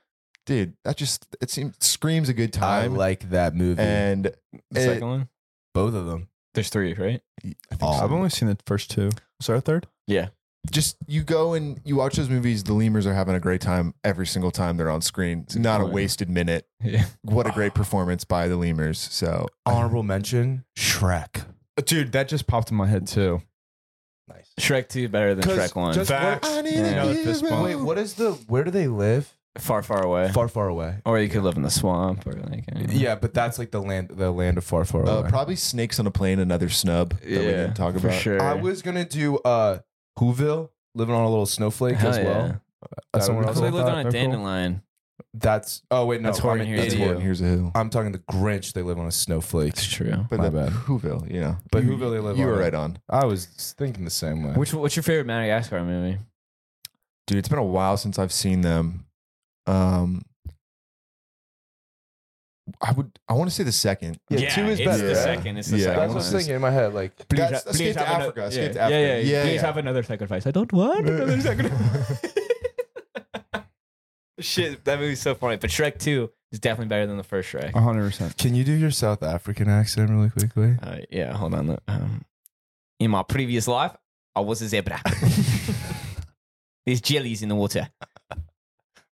Speaker 5: Dude, that just it seems screams a good
Speaker 3: I
Speaker 5: time.
Speaker 3: like that movie.
Speaker 5: and
Speaker 2: The
Speaker 5: it-
Speaker 2: second one.
Speaker 3: Both of them.
Speaker 2: There's three, right?
Speaker 5: I think so.
Speaker 4: I've only seen the first two. Is there a third?
Speaker 5: just you go and you watch those movies. The lemurs are having a great time every single time they're on screen. It's not a
Speaker 2: point.
Speaker 5: wasted minute.
Speaker 2: Yeah.
Speaker 5: What a great performance by the lemurs. So
Speaker 3: Honorable mention, Shrek.
Speaker 4: Dude, that just popped in my head too.
Speaker 3: Nice.
Speaker 2: Shrek two better than
Speaker 3: 'Cause
Speaker 2: Shrek one.
Speaker 3: just- Facts.
Speaker 5: I need
Speaker 2: Yeah.
Speaker 5: a
Speaker 4: Another fist
Speaker 5: hero.
Speaker 4: bump.
Speaker 3: Wait, what is the where do they live?
Speaker 2: far, far away.
Speaker 3: Far, far away.
Speaker 2: or you could live in the swamp, or like you know.
Speaker 3: Yeah, but that's like the land, the land of far, far
Speaker 5: Uh,
Speaker 3: away.
Speaker 5: probably snakes on a plane. Another snub that we didn't talk
Speaker 2: for
Speaker 5: about.
Speaker 2: sure.
Speaker 3: I was gonna do uh, Whoville, living on a little snowflake
Speaker 2: Hell
Speaker 3: as
Speaker 2: yeah.
Speaker 3: well. That's
Speaker 4: That would
Speaker 3: somewhere
Speaker 4: be
Speaker 3: else.
Speaker 2: Because
Speaker 4: cool.
Speaker 2: they
Speaker 4: I
Speaker 2: lived
Speaker 4: thought
Speaker 2: on a
Speaker 4: they're cool.
Speaker 2: dandelion.
Speaker 3: That's oh wait, no,
Speaker 2: That's
Speaker 3: I'm
Speaker 2: Horton
Speaker 3: an
Speaker 2: Hears
Speaker 5: That's
Speaker 2: the
Speaker 5: Horton
Speaker 2: Who.
Speaker 3: idiot.
Speaker 5: Hears a Who.
Speaker 3: I'm talking the Grinch. They live on a snowflake.
Speaker 2: It's true.
Speaker 5: But
Speaker 3: My
Speaker 5: the
Speaker 3: bad.
Speaker 5: Whoville, you know.
Speaker 3: But
Speaker 5: You-
Speaker 3: Whoville they live
Speaker 5: you
Speaker 3: on.
Speaker 5: were right on.
Speaker 3: I was thinking the same way.
Speaker 2: Which what's your favorite Madagascar movie?
Speaker 5: dude, it's been a while since I've seen them. Um, I would. I want to say the second.
Speaker 3: Yeah, two is
Speaker 2: it's
Speaker 3: better,
Speaker 2: the
Speaker 3: right?
Speaker 2: second. It's the
Speaker 5: Yeah.
Speaker 2: second.
Speaker 3: That's
Speaker 5: I
Speaker 3: what's
Speaker 5: wanna-
Speaker 3: thinking in my head. Like,
Speaker 5: Please ha- please have ano- yeah.
Speaker 3: skip to
Speaker 5: Yeah, yeah, yeah.
Speaker 6: Please have another sacrifice. I don't want another sacrifice.
Speaker 2: Shit, that movie's so funny. But Shrek 2 is definitely better than the first Shrek.
Speaker 4: hundred percent.
Speaker 3: Can you do your South African accent really quickly?
Speaker 2: Uh, yeah, hold on. Um, in my previous life, I was a zebra. There's jellies in the water.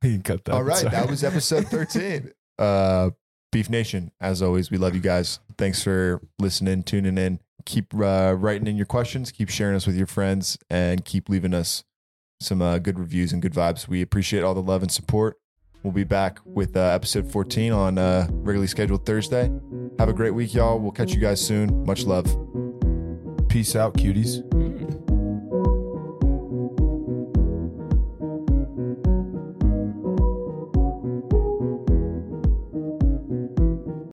Speaker 4: You can cut that.
Speaker 5: All right,
Speaker 4: Sorry.
Speaker 5: that was episode 13. uh, Beef Nation, as always, we love you guys. Thanks for listening, tuning in. Keep uh, writing in your questions, keep sharing us with your friends, and keep leaving us some uh, good reviews and good vibes. We appreciate all the love and support. We'll be back with uh, episode 14 on uh, regularly scheduled Thursday. Have a great week, y'all. We'll catch you guys soon. Much love.
Speaker 3: Peace out, cuties.
Speaker 2: Mm-hmm.